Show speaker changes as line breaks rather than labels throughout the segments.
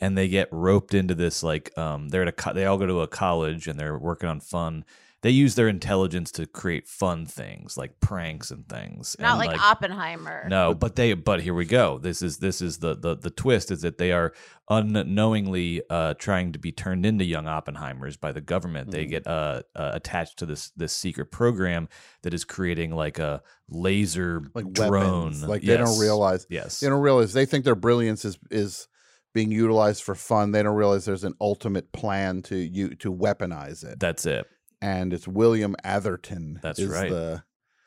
and they get roped into this like um they're at a co- they all go to a college and they're working on fun they use their intelligence to create fun things like pranks and things
Not
and,
like, Oppenheimer.
no but they but here we go this is this is the the, the twist is that they are unknowingly uh trying to be turned into young oppenheimers by the government they
Mhm.
get uh, uh attached to this this secret program that is creating like a laser
Like
drone
weapons. Like they
Yes.
don't realize.
yes
They don't realize they think their brilliance is is being utilized for fun. They don't realize there's an ultimate plan to you to weaponize it.
that's it
and it's William Atherton.
That's
is
right.
The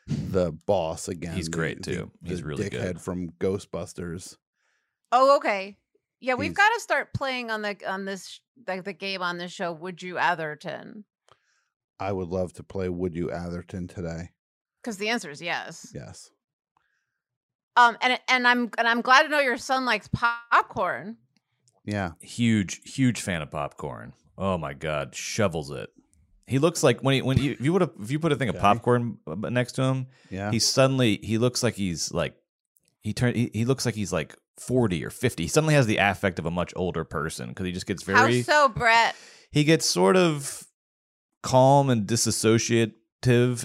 the boss again.
He's
the-
great,
the-
too. He's
the
really
dickhead
good.
from Ghostbusters.
Oh, okay. Yeah, we've
He's-
got to start playing on the on this sh- like the game on this show. Would you Atherton?
I would love to play Would You Atherton today.
Because the answer is yes.
Yes.
Um, and and I'm and I'm glad to know your son likes popcorn.
Yeah.
huge huge fan of popcorn. Oh my god, shovels it. He looks like when he when you, if you would have if you put a thing of
Okay.
popcorn uh, next to him,
Yeah.
he suddenly he looks like he's like he turned he, he looks like he's like 40 or 50. He suddenly has the affect of a much older person cuz he just gets very
How so, Brett?
he gets sort of calm and disassociative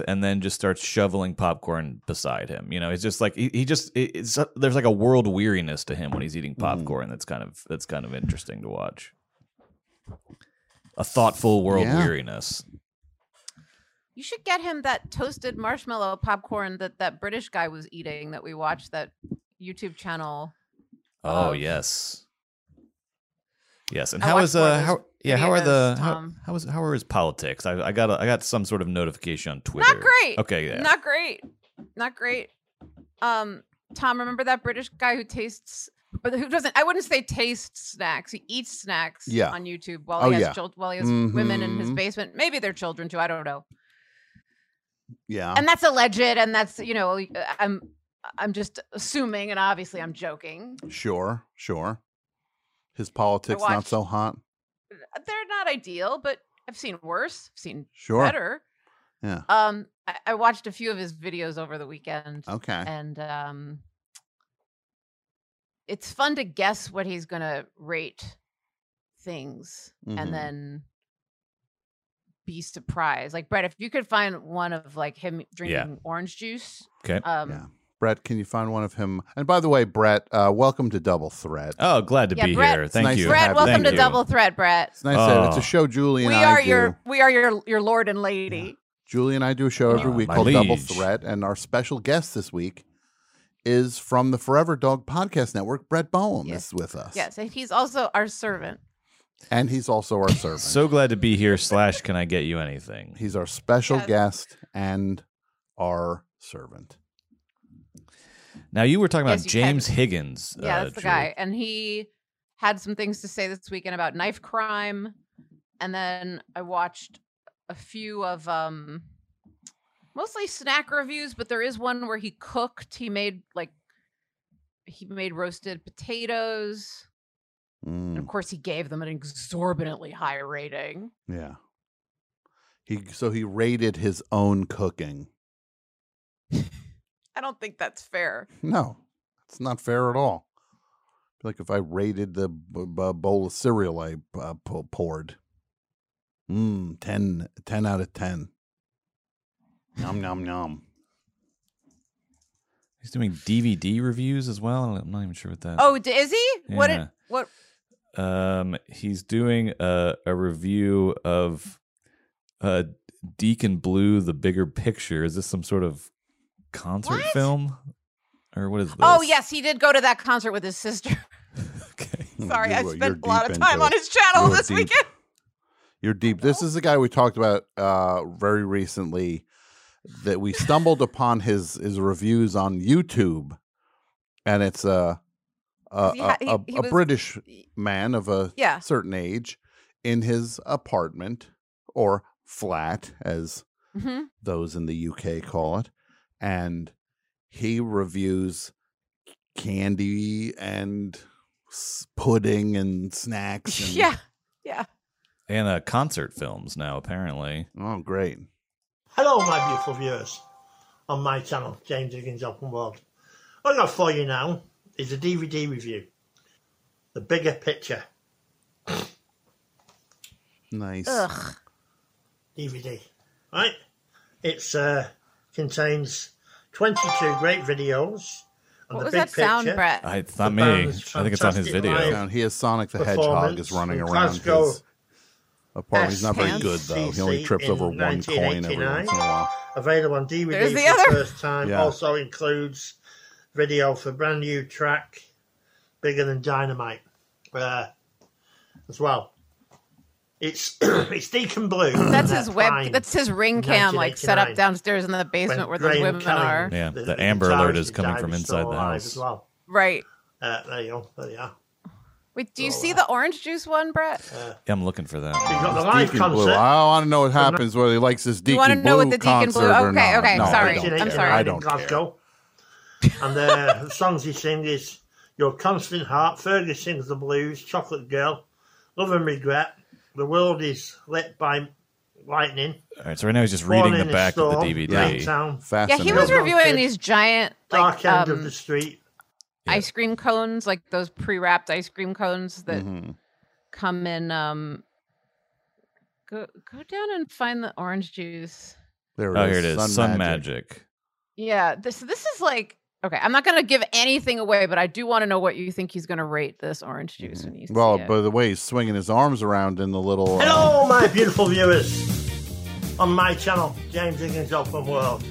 and then just starts shoveling popcorn beside him. You know, it's just like he, he just it, it's uh, there's like a world weariness to him when he's eating popcorn. That's kind of that's kind of interesting to watch. A thoughtful world
Yeah.
weariness.
You should get him that toasted marshmallow popcorn that that British guy was eating that we watched that YouTube channel.
Oh
Of-
yes, yes. And
Um, I
how
watched
is
more of
uh
those
how yeah how are the
videos, um,
how,
Tom.
how is how are his politics? I, I got a, I got some sort of notification on Twitter.
Not great.
Okay, yeah.
Not great. Not great. Um, Tom, remember that British guy who tastes but who doesn't I wouldn't say tastes snacks. He eats snacks
Yeah.
on YouTube while
Oh,
he has
yeah.
chil- while he has women in his
Mhm.
basement. Maybe they're children too, I don't know.
Yeah.
And that's alleged and that's you know, uh, I'm I'm just assuming and obviously I'm joking.
sure. Sure. His politics not
watched-
so hot.
They're not ideal, but I've seen worse, I've seen
Sure.
better.
Yeah.
Um, I, I watched a few of his videos over the weekend,
Okay.
and um, it's fun to guess what he's gonna rate things,
Mhm.
and then be surprised. Like Brett, if you could find one of like him drinking orange juice.
Okay.
Um,
Yeah. Brett, can you find one of him? And by the way, Brett, uh, welcome to Double Threat.
Oh, glad to
Yeah,
be
Brett-
here.
It's
Thank
nice
you.
to
Brett,
have
welcome
Thank
to
you.
Double Thread, Brett.
it's nice. that it's
Oh.
a show Julie
We
and I
are
do.
your we are your your lord and lady.
Julie and I do a show every
Uh,
week
my
called Double
liege.
Threat, and our special guest this week is from the Forever Dog Podcast Network. Brett Boehm
Yes.
is with us,
Yes, and he's also our servant.
and he's also our servant.
So glad to be here. Slash, can I get you anything?
he's our special
Yes.
guest and our servant.
Now you were talking about
Yes, you can.
James Higgins.
Yeah,
uh,
that's the
Julie.
guy. And he had some things to say this weekend about knife crime. And then I watched a few of um mostly snack reviews, but there is one where he cooked. He made like he made roasted potatoes. And
Mm,
of course he gave them an exorbitantly high rating.
yeah. He so he rated his own cooking.
I don't think that's fair.
No, it's not fair at all. Like if I rated the b- b- bowl of cereal I uh, pou- poured, mm, 10, 10 out of 10. Nom, nom, nom.
He's doing DVD reviews as well. I don't- I'm not even sure what that.
Oh, d- is he? What
Yeah.
did what
Um, he's doing a a review of uh Deacon Blue: The Bigger Picture. Is this some sort of concert
What?
film, or what is this?
Oh yes, he did go to that concert with his sister.
Okay.
Sorry,
You
I
were-
spent
you're
a lot
deep
of time
into
on
it.
his channel
You're
this
deep.
weekend.
You're deep. This is the guy we talked about uh, very recently that we stumbled upon his, his reviews on YouTube. And it's a, a,
He ha-
a, a,
he- he
a
was-
British man of a
Yeah.
certain age in his apartment or flat, as
hmm
those in the UK call it. And he reviews candy and s- pudding and snacks. And,
Yeah. Yeah.
And uh, concert films now apparently.
Oh, great.
Hello, my beautiful viewers, on my channel, James Higgins Open World. What I've got for you now is a DVD review, The Bigger Picture
Nice.
Ugh.
DVD. Right? It's uh, contains 22 great videos. And
What
the
was
big
that sound,
picture,
Brett?
I, it's not
The
me. I think
band's
it's on his
fantastic
video.
live
Down here, Sonic the Hedgehog is
Performance
running
in
around
Glasgow
his apartment. He's not very
Pants.
good, though. He only trips
in
over one coin every once in a while.
available on DVD
There's the
for
other.
the first time.
Yeah.
Also includes video for brand new track, bigger than dynamite, uh, as well. It's it's Deacon Blue.
That's his
That
web.
Fine,
That's his ring cam, like set up
1989.
downstairs in the
when
basement where those
Graham
women
Kelly,
are.
Yeah, the Amber
guitarist
Alert is
who
coming
died
from
is still
inside the
alive
house.
As well.
Right.
Uh, there you go. There you are.
Wait. Do you
So,
see
uh,
the orange juice one, Brett?
Yeah, I'm looking for that.
You've got the
This
live
Deacon
concert.
Blue. I want to know what happens whether he likes this
You
Deacon
wanna
Blue
know what the Deacon Blue-
concert or
okay,
not.
okay,
No, I
sorry.
don't
I'm
care.
sorry.
I
in
don't care.
Glasgow. and uh, the songs he sings is Your Constant Heart, Fergus Sings the Blues, Chocolate Girl, Love and Regret, The World is Lit by Lightning,
All right, so right now he's just
Born
reading
in
the
a
back of
Storm,
the DVD.
Downtown,
Yeah,
Fascinating.
he was
Fascinating.
reviewing these giant
Dark
like
End of
um,
the Street.
ice cream cones, like those pre-wrapped ice cream cones that
Mhm.
come in. Um, go go down and find the orange juice.
There
Oh, here it is. Sun, Magic.
Yeah. This this is like okay. I'm not gonna give anything away, but I do want to know what you think he's gonna rate this orange juice when you see
Mm-hmm. Well,
it.
by the way, he's swinging his arms around in the little. uh,
Hello, my beautiful viewers on my channel, James Higgins Open World.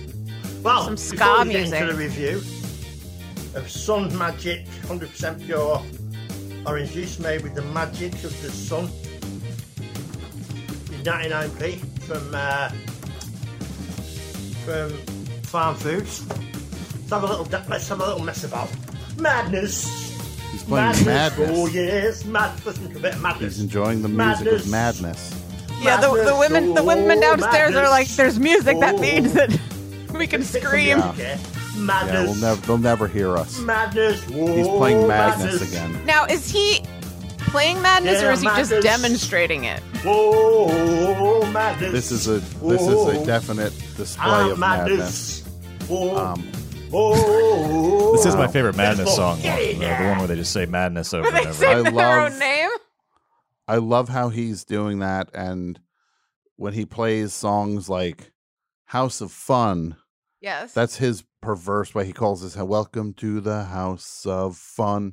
Well,
Some
before
ska
we get
music.
into the review of Sun Magic 100% pure orange juice made with the magic of the sun, with 99p from uh, from Farm Foods. Let's have a little let's have a little mess about madness.
He's playing madness.
Oh yes, mad. Listen to a bit of madness.
He's enjoying the music of madness.
Yeah, the, the women the women downstairs are like, "There's music. That means that we can scream."
Yeah.
Madness.
Yeah, we'll never, they'll never hear us.
Madness.
He's
Whoa,
playing madness
madness
again.
Now, is he playing madness or
Yeah,
is he just
madness.
demonstrating it?
Whoa, madness.
This is a this is a
Whoa,
definite display
ah,
of madness.
Whoa,
Um,
whoa.
This is my favorite Madness
Let's
song,
get
the,
it
the
now.
one where they just say Madness over
Were
and
they
over.
saying
I
their
love-
own name?
I love how he's doing that, and when he plays songs like House of Fun.
Yes.
That's his perverse way. He calls his Welcome to the House of Fun.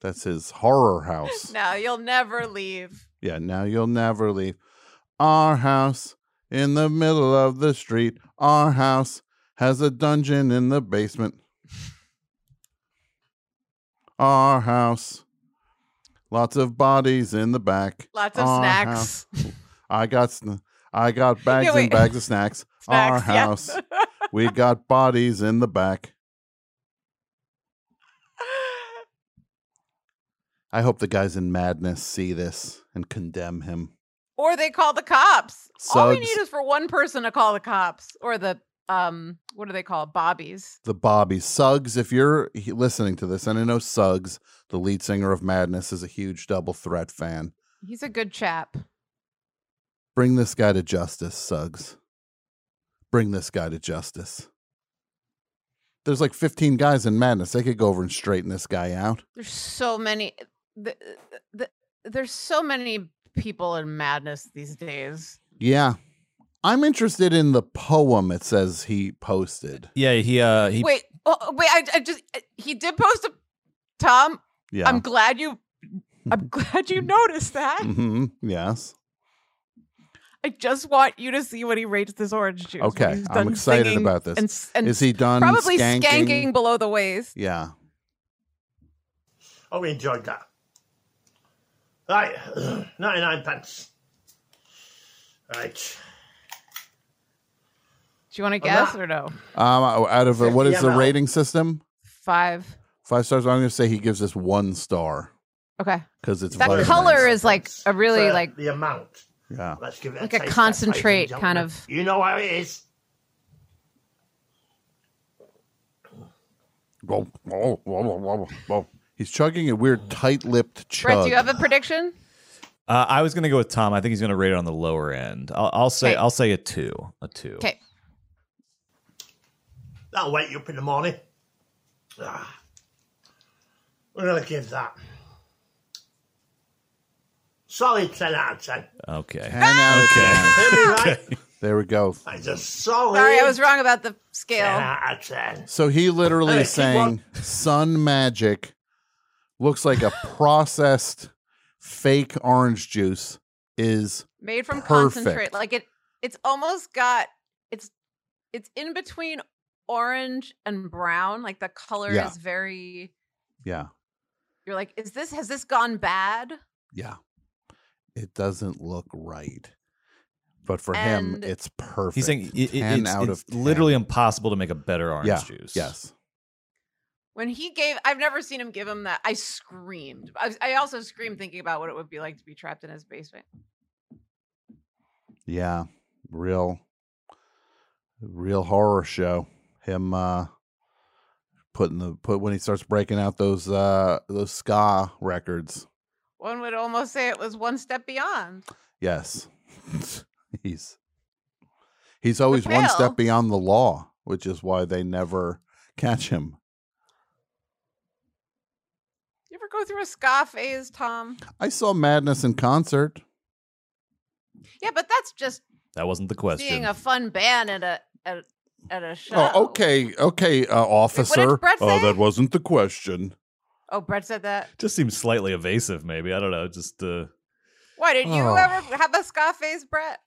That's his horror house.
no, you'll never leave.
Yeah, now you'll never leave. Our house in the middle of the street. Our house has a dungeon in the basement. Our house. Lots of bodies in the back.
Lots of
Our house.
snacks.
I got sn- I got bags and
wait.
bags of snacks. Our
Snacks, yeah.
house. we got bodies in the back. I hope the guys in Madness see this and condemn him.
or they call the cops. All we need
Subs.
is for one person to call the cops or the um what do they call it? bobbies?
the Bobby Suggs. If you're he- listening to this, and I know Suggs, the lead singer of Madness, is a huge Double Threat fan.
He's a good chap.
Bring this guy to justice, Suggs. Bring this guy to justice. There's like 15 guys in Madness. They could go over and straighten this guy out.
There's so many the, the, there's so many people in madness these days.
Yeah. I'm interested in the poem it says he posted.
Yeah, he uh he
wait, oh, oh, wait, I, I just he did post a Tom,
Yeah.
I'm glad you I'm glad you noticed that.
Mhm. Yes.
I just want you to see what he rates this orange juice. when
Okay.
he's
I'm
done
excited
singing
about this.
And, s- and
is he done
probably
skanking?
skanking below the waist.
Yeah.
Oh, we enjoyed that. Right, 99 pence. Right.
Do you want to
not-
guess or no?
Um, out of uh, what is the
50 ml.
rating system?
Five.
Five stars. I'm going to say he gives this one star
Okay.
because it's
That
vitamins.
color is like a really
For
like
The amount.
yeah.
Let's give it
Like a
a taste test,
concentrate
ladies and
kind
gentlemen.
of-
You know how it is.
He's chugging a weird tight-lipped chug.
Brett. Do you have a prediction?
uh, I was gonna go with Tom. I think he's gonna rate it on the lower end. I'll, I'll say
'Kay.
I'll say a two. A two.
Okay.
That'll wake you up in the morning. Ah. We're going to give that. Solid 10 out of 10.
Okay.
Ten out of
Okay.
ten.
Hear me right?
There we go.
That's a solid
Sorry, I was wrong about the
10
scale.
out of 10.
So he literally
Hey,
is saying sun magic looks like a processed fake orange juice is
Made from
Perfect.
concentrate. Like it it's almost got it's it's in between orange and brown. Like the color
Yeah.
is very
yeah,
you're like, is this has this gone bad?
yeah. It doesn't look right. But for him
And-
it's perfect.
He's saying it, it-
10
it's,
out
it's
of 10.
literally impossible to make a better orange
yeah,
juice.
Yes.
When he gave I've never seen him give him that. I screamed. I, I also screamed thinking about what it would be like to be trapped in his basement.
Yeah, real, real horror show. Him uh putting the put when he starts breaking out those uh those ska records.
One would almost say it was one step beyond.
Yes, he's he's always one
Raphael.
step beyond the law, which is why they never catch him.
You ever go through a ska phase, Tom?
I saw Madness in concert.
Yeah, but that's just
That wasn't the question.
being a fun band at a at, a- at a show.
Oh, okay, okay, uh, officer.
Brett
Oh,
say?
that wasn't the question.
Oh, Brett said that.
Just seems slightly evasive, maybe. I don't know. Just uh
Why did you
Oh.
ever have a ska phase, Brett?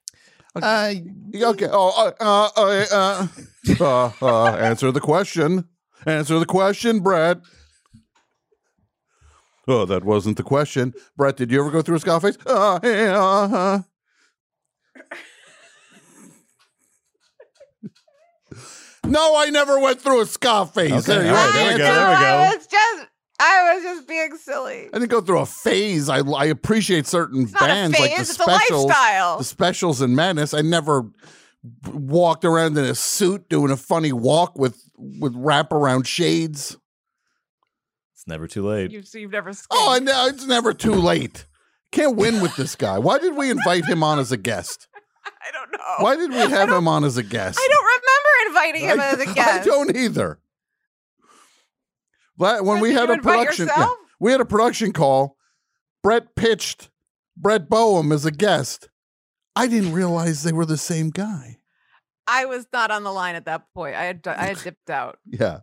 Uh,
Okay. okay. Oh, uh, uh, uh, uh, uh, answer the question. Answer the question, Brett. Oh, that wasn't the question. Brett, did you ever go through a scoff face? Uh, eh, uh, uh. No, I never went through a scoff face.
Okay,
there you
all right,
are.
there we
I
go,
know,
there we
I
go.
was just I was just being silly.
I didn't go through a phase. I, I appreciate certain
It's not
bands
a
like
phase,
the
it's a
specials.
lifestyle.
the specials and madness. I never walked around in a suit doing a funny walk with with wraparound shades.
it's never too late.
You, so you've never skated.
Oh, and now it's never too late. Can't win with this guy. Why did we invite him on as a guest?
I don't know.
Why did we have him on as a guest?
I don't remember inviting him
I-
as a guest.
I don't either. But when
What,
we
did
had
you
a
invite
production, yeah,
yourself?
we had a production call. Brett pitched Brett Boehm as a guest. I didn't realize they were the same guy.
I was not on the line at that point. I had I had dipped out
Yeah.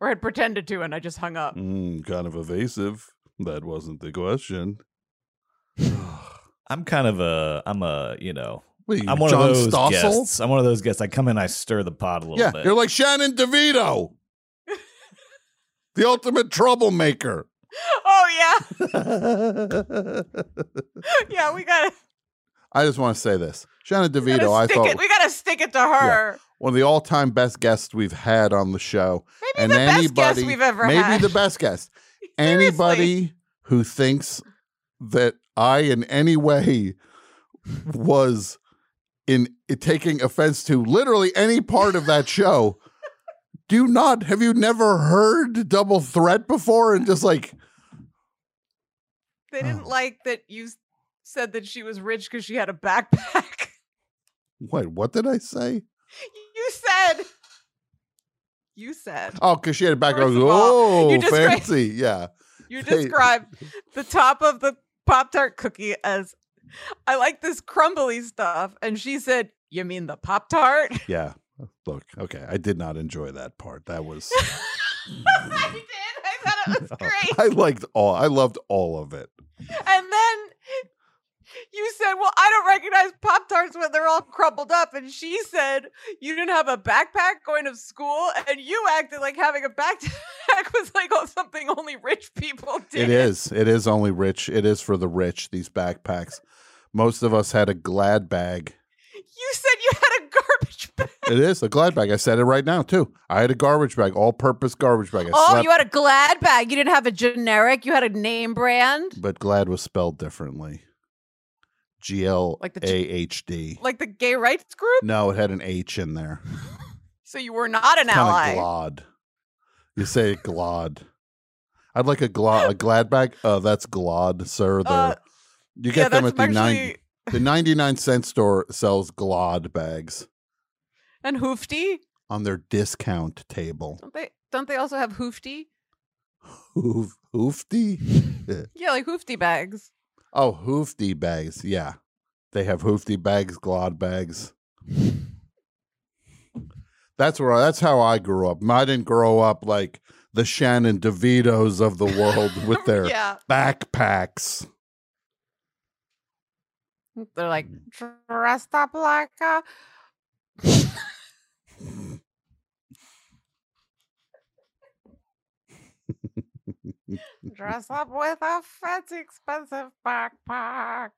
or had pretended to, and I just hung up.
Mm, kind of evasive. That wasn't the question.
I'm kind of a I'm a you know
What are you,
I'm one
John
of those
Stossel?
guests. I'm one of those guests. I come in, I stir the pot a little
Yeah,
bit.
you're like Shannon DeVito, the ultimate troublemaker.
Oh
I
yeah, yeah. We gotta,
just want to say this. Shannon
we gotta
DeVito, I
stick
thought
it. We gotta stick it to her.
one of the all-time best guests we've had on the show.
Maybe the best guest we've ever
maybe
had.
the best guest.
Seriously.
Anybody who thinks that I in any way was in eh, taking offense to literally any part of that show, do not have you never heard Double Threat before? And just like
They
Uh-huh.
didn't like that you s- said that she was rich because she had a backpack.
Wait, what did I say?
you said. You said.
Oh, because she had a background.
First of all,
oh,
you described-
fancy. Yeah.
You
They-
described the top of the Pop Tart cookie as I like this crumbly stuff. And she said, You mean the Pop Tart?
Yeah. Look, okay. I did not enjoy that part. That was. Mm.
I did. I thought it was great.
I liked all. I loved all of it.
And then you said, Well, I don't recognize Pop Tarts when they're all crumbled up. And she said, You didn't have a backpack going to school. And you acted like having a backpack was like oh, something only rich people did.
It is. It is only rich. It is for the rich, these backpacks. Most of us had a glad bag.
You said you had a garbage bag.
It is a glad bag. I said it right now, too. I had a garbage bag, all purpose garbage bag. I
Oh,
slept,
you had a Glad bag. You didn't have a generic. You had a name brand,
but glad was spelled differently G L
Like the
A
G-
H D.
like the gay rights group.
No, it had an H in there.
So you were not an
kind
ally.
of glad. You say glad. I'd like a glad a glad bag. Uh, that's glad, sir. They're,
Uh,
you
yeah,
get them
that's
at the
actually
ninety the ninety nine cent store sells glad bags
and hoofty.
on their discount table.
Don't they? Don't they also have hoofty?
Hoof, hoofty?
Yeah, like hoofty bags.
oh, hoofty bags. Yeah, they have hoofty bags, glad bags. That's where I, that's how I grew up. I didn't grow up like the Shannon DeVitos of the world with their
yeah,
backpacks.
they're like
Mm.
dressed up like a. Dress up with a fancy, expensive backpack.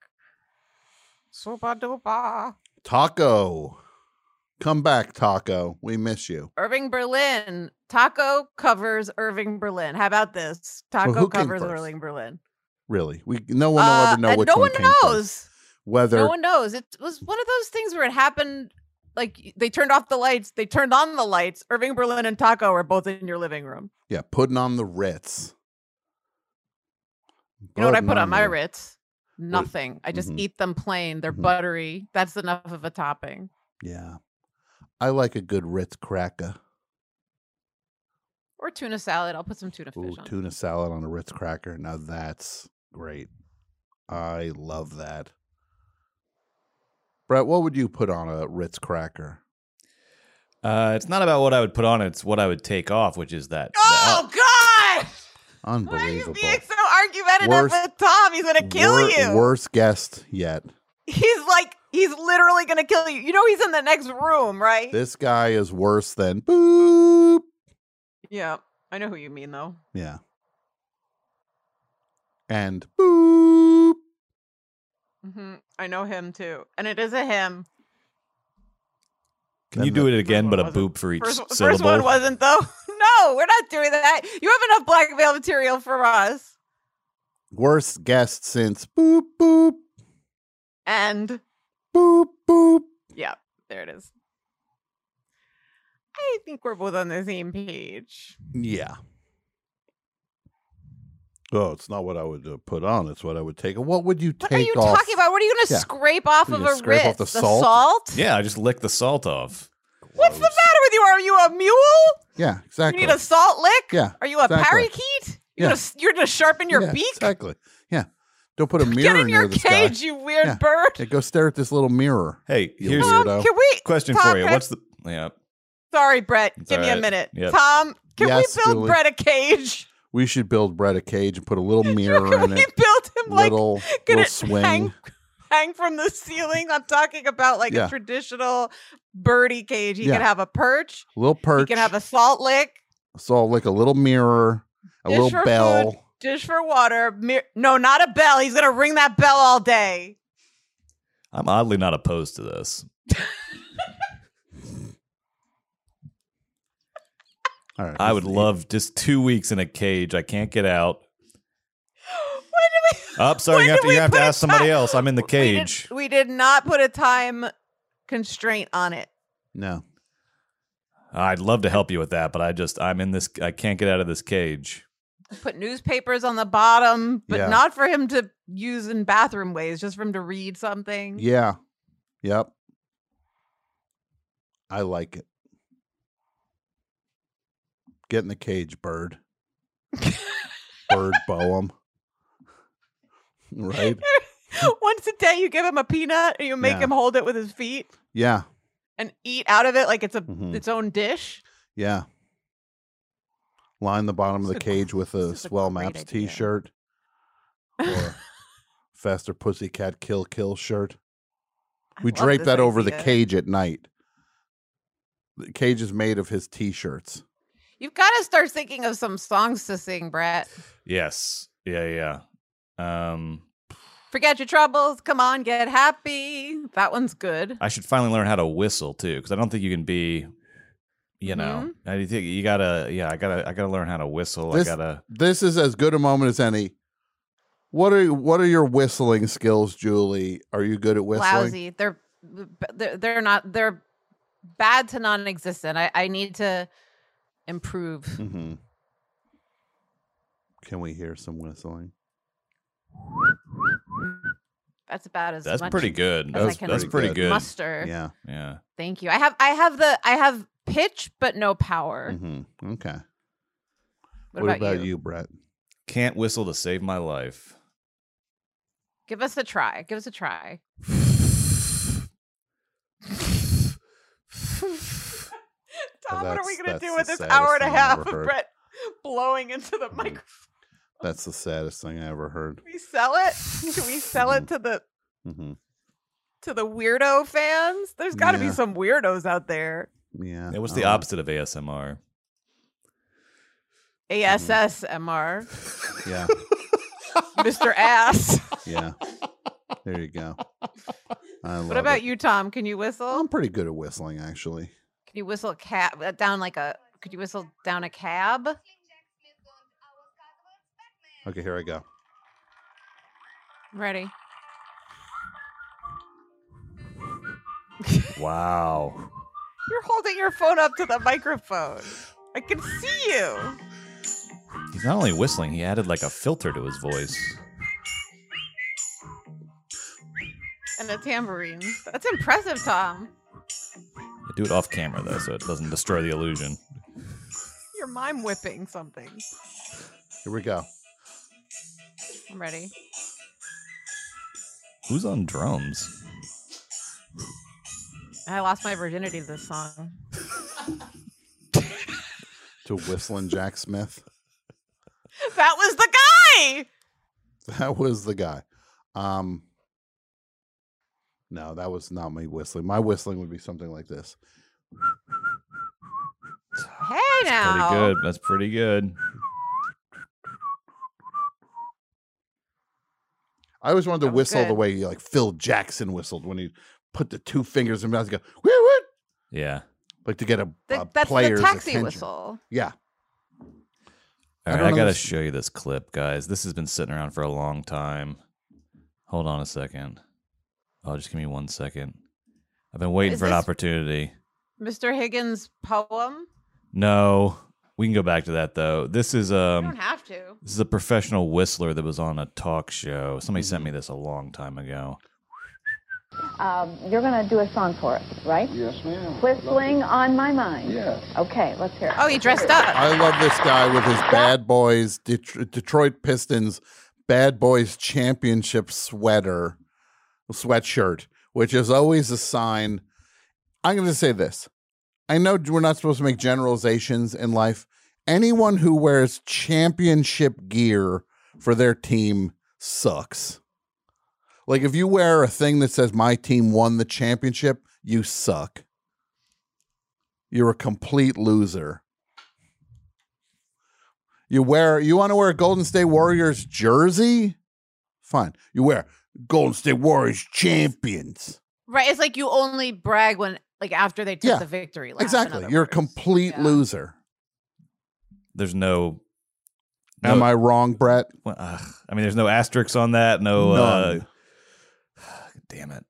Super duper.
Taco. Come back, Taco. We miss you.
Irving Berlin. Taco covers Irving Berlin. How about this? Taco
who came
covers
first?
Irving Berlin.
Really. We no one will
Uh,
ever know
and
which
no
one
one
came first.
knows.
Whether
No one knows. It
Hmm.
was one of those things where it happened. Like y- they turned off the lights, they turned on the lights. Irving Berlin and Taco are both in your living room.
yeah, putting on the Ritz.
You know what I
Putting
put on my
the-
Ritz? Nothing. I just
Mhm.
eat them plain. They're
Mhm.
buttery. That's enough of a topping.
Yeah. I like a good Ritz cracker.
Or tuna salad. I'll put some tuna fish
Ooh,
on.
tuna salad on a Ritz cracker. Now that's great. I love that. Brett, what would you put on a Ritz cracker?
Uh, it's not about what I would put on; it's what I would take off, which is that.
Oh God! Why are you
Unbelievable.
being so argumentative
Worst-
with Tom? He's gonna kill
Wor-
you.
Worst guest yet.
He's like, he's literally gonna kill you. You know he's in the next room, right?
This guy is worse than boop.
yeah, I know who you mean though.
Yeah. And boop.
hmm I know him too, and it is a him.
Can you
Then
do
the-
it again,
First
but a
one wasn't-
boop for each
First,
syllable?
first one wasn't though. No, we're not doing that. You have enough black veil material for us.
Worst guest since boop, boop,
And
boop, boop.
yeah, there it is. I think we're both on the same page.
Yeah. Oh, it's not what I would uh, put on. It's what I would take. What would you take
What are you
off?
talking about? What are you going to
Yeah.
scrape off
You're
of
gonna
a
scrape
wrist?
off the salt?
Yeah, I just licked the salt off.
What's the matter with you? Are you a mule?
Yeah, exactly.
You need a salt lick?
Yeah,
Are you a
exactly.
parakeet? You're
Yeah.
gonna s- you're gonna sharpen your
Yeah,
beak?
Exactly. Yeah. Don't put a
Get
mirror
in
near
your
this
cage,
guy.
you weird
Yeah.
bird.
Yeah, go stare at this little mirror.
Hey,
You
here's
weird-
a
Tom,
weirdo.
can we?
question
Tom,
for you.
can-
What's the yeah?
Sorry, Brett.
It's
Give
all
me a
right.
minute.
Yep.
Tom, can
Yes,
we build
Julie.
Brett a cage?
We should build Brett a cage and put a little mirror
Can
in
we
it.
build him like
little
can
little
it
swing.
hang, hang from the ceiling? I'm talking about like
Yeah.
a traditional birdie cage. He
Yeah.
can have a perch.
little perch.
He can have a salt lick.
so like a little mirror, a
Dish
little
for
bell.
Dish for water. Mir- no, not a bell. He's gonna ring that bell all day.
I'm oddly not opposed to this.
All right,
I
this
would
is
love just two weeks in a cage. I can't get out.
When do we?
Oh, sorry,
When
you have to, you
do we
have to
put a
ask somebody
ti-
else. I'm in the
We did-
cage.
We did, not put a time constraint on it.
easy. No,
I'd love to help you with that, but I just I'm in this. I can't get out of this cage.
Put
Put newspapers on the bottom, but
Yeah.
not for him to use in bathroom ways, just for him to read something.
yeah, yep. I like it. Get in the cage, bird. bird Boehm. Right?
Once a day, you give him a peanut and you make
Yeah.
him hold it with his feet
Yeah,
and eat out of it like it's a
Mhm.
its own dish.
yeah. Line the bottom of the
This is a gr-
cage with a
this is a
Swell
great
Maps
idea.
T-shirt or Faster Pussycat Kill Kill shirt.
I
We
love
drape
this
that over the
idea.
cage at night. The cage is made of his T-shirts.
You've got to start thinking of some songs to sing, Brett.
Yes. Yeah. Yeah. Um.
Forget your troubles. Come on, get happy. That one's good.
I should finally learn how to whistle too, because I don't think you can be. You know,
Mm-hmm.
I think you gotta. Yeah, I gotta. I gotta learn how to whistle.
This-
Oh, I gotta.
This is as good a moment as any. What are what are your whistling skills, Julie? Are you good at whistling?
Lousy. They're they're they're not they're bad to non-existent. I I need to improve.
Mm-hmm. Can we hear some whistling?
That's about as
That's
much
pretty good.
as I
That's,
can
that's pretty good.
muster.
Yeah.
Yeah.
Thank you. I have I have the I have pitch but no
Mm.
power.
Mm-hmm. Okay.
What, about, you?
Brett?
Can't whistle to save my life.
Give us a try. Give us a try.
Tom, what are
that's-
we gonna
that's
do
the
with this
saddest
hour and
thing
a
I've
half
ever
of
heard.
Brett blowing into the
Mhm.
microphone?
That's the saddest thing I ever heard.
Can we sell it? Can we sell
Mm-hmm.
it to the
hmm
to the weirdo fans? There's got to
Yeah.
be some weirdos out there.
Yeah.
It was the
um,
opposite of ASMR.
ASSMR,
Mm-hmm. Yeah.
Mr. Ass.
Yeah. There you go. I
What about you, Tom? Can you whistle?
I'm pretty good at whistling, actually.
Can you whistle a cab uh, down like a could you whistle down a cab?
Okay, here I go.
Ready.
Wow.
You're holding your phone up to the microphone. I can see you.
He's not only whistling, he added like a filter to his voice.
And a tambourine.
That's impressive, Tom.
I do it off camera though, so it doesn't destroy the illusion.
You're mime whipping something.
Here we go.
I'm ready.
Who's on drums?
I lost my virginity to this song.
To whistling Jack Smith.
That was the guy.
That was the guy. Um No, that was not me whistling. My whistling would be something like this.
Hey
Pretty
now.
good. That's pretty good.
I always wanted to
That was
whistle the
good.
way like Phil Jackson whistled when he put the two fingers in his mouth and go, woo, woo,
Yeah.
like to get a,
Th-
a
that's the
player's
taxi
attention.
whistle.
Yeah.
All
I
right,
don't
I, gotta
understand-
show you this clip, guys. This has been sitting around for a long time. Hold on a second. Oh, just give me one second. I've been waiting
Is
for an
this-
opportunity.
Mr. Higgins' poem.
No, we can go back to that though. This is
You don't
um,
have to.
this is a professional whistler that was on a talk show. Somebody
Hmm.
sent me this a long time ago.
Um, you're going to do a song for us, right?
Yes, ma'am.
Whistling on my mind.
Yes.
Okay, let's hear it.
Oh, he dressed up.
I love this guy with his bad boys, Det- Detroit Pistons Bad Boys Championship sweater, sweatshirt, which is always a sign. I'm going to say this. I know we're not supposed to make generalizations in life. Anyone who wears championship gear for their team sucks. Like if you wear a thing that says my team won the championship, you suck. You're a complete loser. You wear you want to wear a Golden State Warriors jersey? Fine. You wear Golden State Warriors champions.
Right. It's like you only brag when, like, after they took
Yeah,
the victory. Lap, in
Exactly.
other
You're a
words.
complete
Yeah.
loser.
There's no.
Am
no-
I wrong, Brett?
well, ugh. I mean, there's no asterisks on that. No. Uh,
None.
damn it.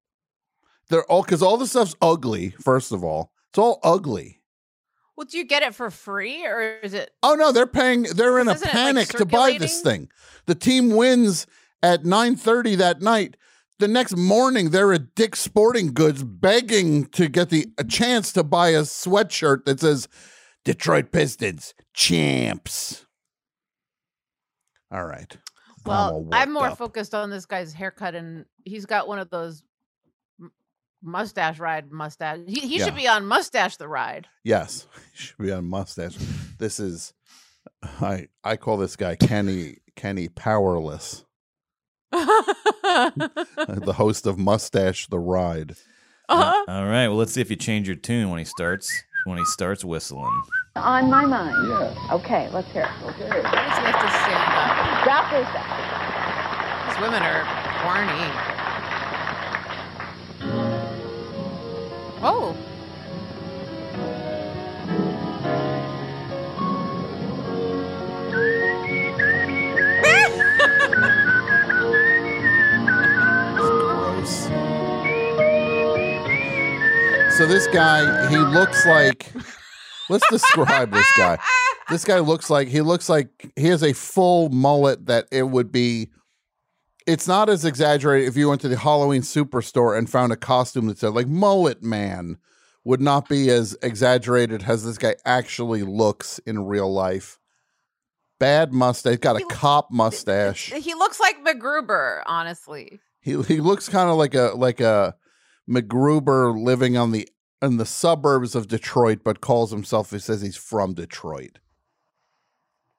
They're all because all the stuff's ugly. First of all, it's all ugly.
Well, do you get it for free or is it?
Oh no, they're paying. They're in a
Isn't it, like,
panic to buy this thing. The team wins at nine thirty that night. The next morning, they're at Dick's Sporting Goods begging to get the a chance to buy a sweatshirt that says "Detroit Pistons champs." All right. all
Well,
worked
I'm more
up.
focused on this guy's haircut and he's got one of those m- mustache ride mustache. He, he
Yeah.
should be on mustache the ride.
Yes, he should be on mustache. This is, I I call this guy Kenny Kenny Powerless,
uh-huh.
the host of Mustache the Ride.
Uh-huh.
All right. Well, let's see if you change your tune when he starts. When he starts whistling.
On my mind. Yeah. Okay, let's hear it.
It's nice to stand
Drop this up.
up. These women are horny. Oh,
Gross. So this guy, he looks like. Let's describe this guy. This guy looks like he looks like he has a full mullet that it would be. It's not as exaggerated if you went to the Halloween superstore and found a costume that said like mullet man would not be as exaggerated as this guy actually looks in real life. Bad mustache, got a
He-
cop mustache.
he looks like MacGruber, honestly.
He he looks kind of like a like a MacGruber living on the in the suburbs of Detroit, but calls himself. He says he's from Detroit.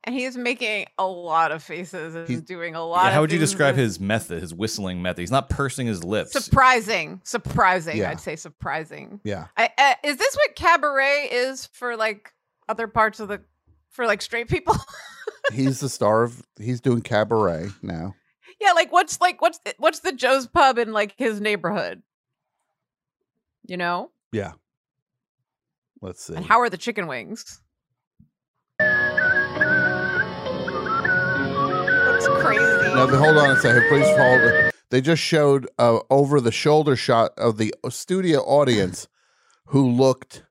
And he's making a lot of faces and
He's-
doing a lot
Yeah,
of
how would you
things
describe
that-
his method, his whistling method? He's not pursing his lips.
surprising. Surprising,
Yeah.
I'd say surprising.
Yeah,
I, I, is this what cabaret is for like other parts of the for like straight people?
he's the star of. He's doing cabaret now.
yeah, like what's like what's the, what's the Joe's pub in like his neighborhood? You know?
Yeah. Let's see.
And how are the chicken wings?
That's crazy.
now, the- hold on a second. Please hold. They just showed a over the shoulder shot of the uh, studio audience, who looked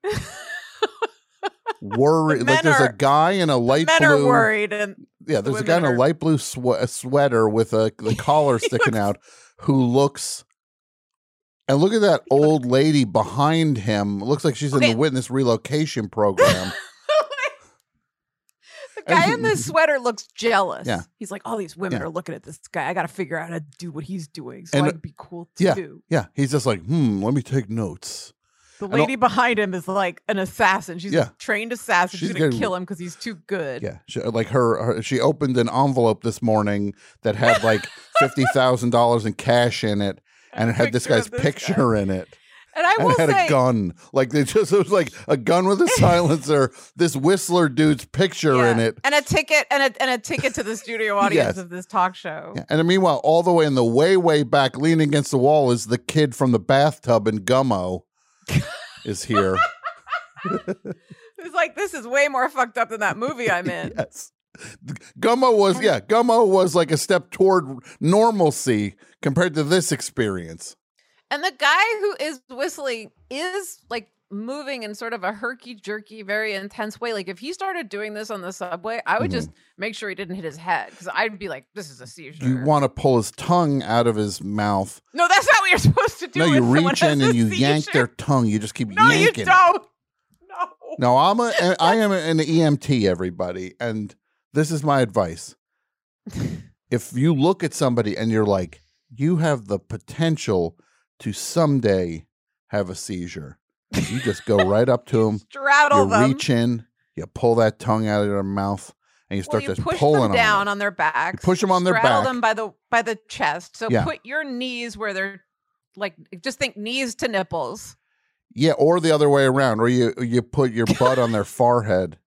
worried. like
men
there's
are-
a guy in a light
Men
blue.
are worried and
Yeah,
The
there's a guy in a
women are-
light blue swe- a sweater with a the collar
He
sticking out
looks-
who looks and look at that old lady behind him. Looks like she's in
Okay.
the witness relocation program.
the guy in this sweater looks jealous.
Yeah.
He's like, all these women
Yeah.
are looking at this guy. I got to figure out how to do what he's doing. So
And-
I'd be cool
yeah.
too.
yeah, he's just like, hmm, let me take notes.
The
And al-
lady behind him is like an assassin. She's
Yeah.
a trained assassin. She's,
She's
gonna
gonna-
kill him because he's too good.
Yeah, she, like her, her, she opened an envelope this morning that had like fifty thousand dollars in cash in it, and it had this
picture
guy's
of this guy.
picture in it.
And I
and
will
it had
say
a gun. Like they just it was like a gun with a silencer, this whistler dude's picture in
Yeah.
it.
and a ticket and a and a ticket to the studio audience
Yes.
of this talk show.
Yeah, And then meanwhile, all the way in the way, way back, leaning against the wall, is the kid from the bathtub in Gummo is here.
It's like this is way more fucked up than that movie I'm in.
yes. Gummo was, yeah, Gummo was like a step toward normalcy compared to this experience.
And the guy who is whistling is like moving in sort of a herky jerky, very intense way. Like if he started doing this on the subway, I would
Mhm.
just make sure he didn't hit his head because I'd be like, "This is a seizure."
You want to pull his tongue out of his mouth.
no, that's not what you're supposed to do.
no,
when
you
someone
reach in
has a
and you yank
seizure.
their tongue. You just keep
No,
yanking.
you
it.
don't. No.
No, I'm a, E I am an EMT, everybody, and this is my advice. if you look at somebody and you're like, you have the potential to someday have a seizure, you just go right up to them,
Straddle
you
them.
reach in, you pull that tongue out of their mouth, and you
Well,
start
you
just
push
pulling
them down
on
on their backs.
push 'em on their
straddle
back.
them by the by the chest. So
Yeah.
put your knees where they're like just think knees to nipples.
Yeah, or the other way around, or you you put your butt on their forehead.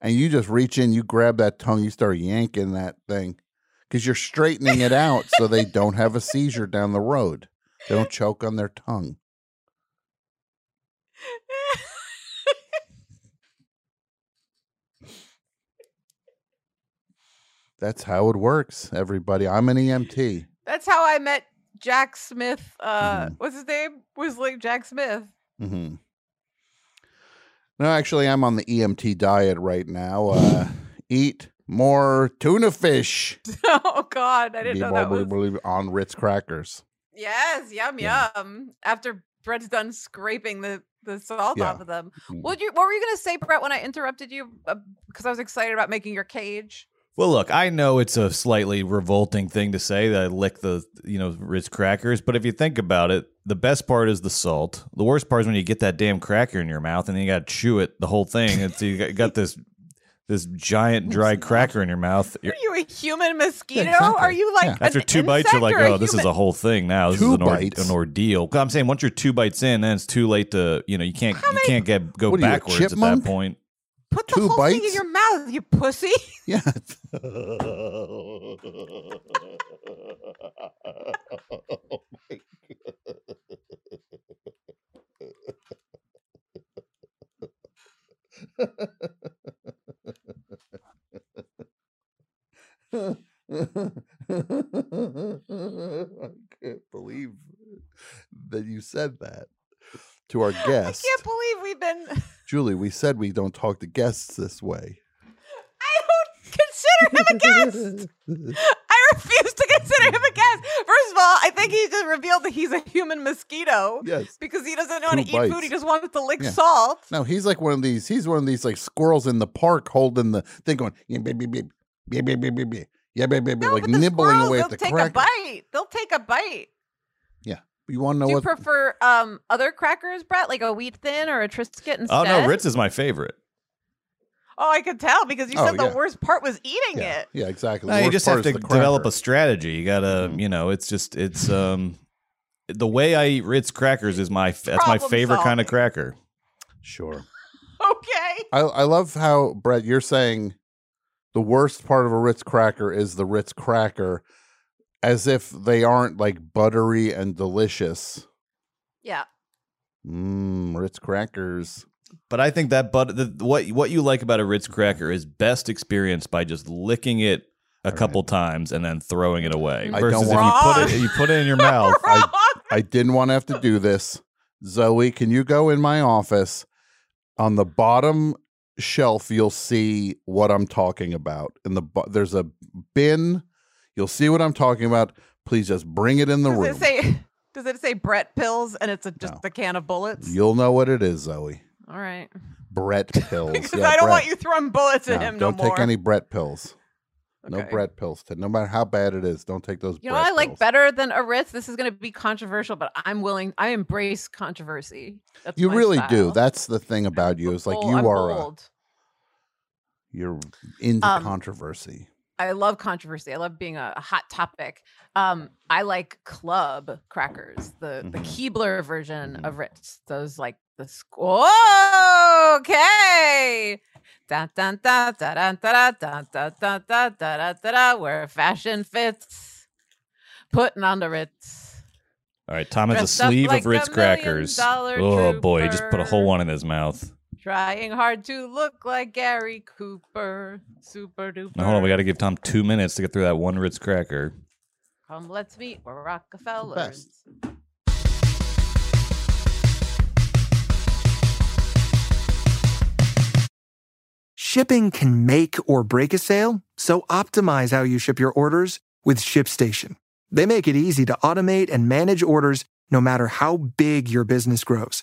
And you just reach in, you grab that tongue, you start yanking that thing because you're straightening it out so they don't have a seizure down the road. They don't choke on their tongue. That's how it works, everybody. I'm an E EMT.
That's how I met Jack Smith. Uh,
Mhm.
what's his name? Whistling Jack Smith.
Mm-hmm. No, actually, I'm on the EMT diet right now. Uh, eat more tuna fish.
oh God, I didn't know that was.
on Ritz crackers.
Yes, yum
Yeah.
yum. After Brett's done scraping the the salt
Yeah.
off of them.
Mm.
What you what were you gonna say, Brett? When I interrupted you because I was excited about making your cage.
Well, look, I know it's a slightly revolting thing to say that I lick the, you know, Ritz crackers, but if you think about it, the best part is the salt. The worst part is when you get that damn cracker in your mouth and then you got to chew it the whole thing. And so you got, got this this giant dry cracker in your mouth. You're-
Are you a human mosquito?
exactly.
Are you like
Yeah.
after
an
two bites, you're
insect
like,
or
oh, this is
human?"
a whole thing now. This
Two
is an, or-
bites?
an ordeal. 'Cause I'm saying once you're two bites in, then it's too late to, you know, you can't you can't get go
What are you, a
backwards at that
chipmunk?
point.
put the
two
whole thing in
bites?
your mouth, you pussy.
Yeah. I can't believe that you said that to our guest.
I can't believe we've been.
Julie, we said we don't talk to guests this way.
I don't consider him a guest. I refuse to consider him a guest. First of all, I think he just revealed that he's a human mosquito
yes.
because he doesn't want to
Two
eat food.
bites.
He just wants to lick
Yeah.
salt.
No, he's like one of these. He's one of these like squirrels in the park holding the thing, going yeah, beep, beep, beep, beep, beep, beep, beep, beep, yeah, beep, beep, beep,
No,
like
but the
nibbling
squirrels,
away
they'll
at the
take a
cracker.
bite. They'll take a bite.
You want to know
Do you
what?
prefer um, other crackers, Brett, like a wheat thin or a Triscuit instead?
Oh, no, Ritz is my favorite.
Oh, I could tell because you
Oh,
said
yeah.
the worst part was eating
yeah,
it.
yeah, exactly.
No,
The
you
worst
just
part
have
is
to
the
develop
cracker.
a strategy. You gotta,
Mhm.
you know, it's just it's um the way I eat Ritz crackers is my that's my
Problem
favorite kind
solving.
of cracker.
Sure.
Okay.
I I love how Brett, you're saying the worst part of a Ritz cracker is the Ritz cracker, as if they aren't like buttery and delicious.
Yeah.
Mmm, Ritz crackers.
But I think that but the, what what you like about a Ritz cracker is best experienced by just licking it a
right.
couple times and then throwing it away.
Mm-hmm.
I don't
versus if you
want-
put it you put it in your mouth.
I-
Wrong.
I didn't want to have to do this. Zoe, can you go in my office? On the bottom shelf, you'll see what I'm talking about. In the bo- there's a bin. You'll see what I'm talking about. Please just bring it in the
does
room.
it say? Does it say Brett pills and it's a, just
No.
a can of bullets?
you'll know what it is, Zoe.
All right.
Brett pills.
because
Yeah,
I don't want
Brett.
you throwing bullets at
No,
him.
Don't
no more.
take any Brett pills. No
Okay.
Brett pills. To, no matter how bad it is, don't take those.
You know what
Brett
I like
pills.
better than a Ritz? This is going to be controversial, but I'm willing. I embrace controversy. That's
You
my
really do.
style.
That's the thing about you. It's like
Bold-
you
I'm
are. A,
bold.
you're into
Um,
controversy.
I love controversy. I love being a, a hot topic. Um, I like club crackers, the the
Mm-hmm.
Keebler version
Mhm.
of Ritz. Those like the squ- oh, okay. Dun, dun, dun, da, dun, da, da, dun, da, dun, da, da, da, da, da, where fashion fits, putting on the Ritz.
All right, Tom has a
Dressed up
sleeve
like
of Ritz
a million
crackers.
dollar
Oh boy, he just put a whole
trooper.
one in his mouth.
Trying hard to look like Gary Cooper, super duper.
Uh-huh.
Now hold on, we got to give Tom two minutes to get through that one Ritz cracker.
Come, let's meet we're Rockefellers.
Shipping can make or break a sale, so optimize how you ship your orders with ShipStation. They make it easy to automate and manage orders no matter how big your business grows.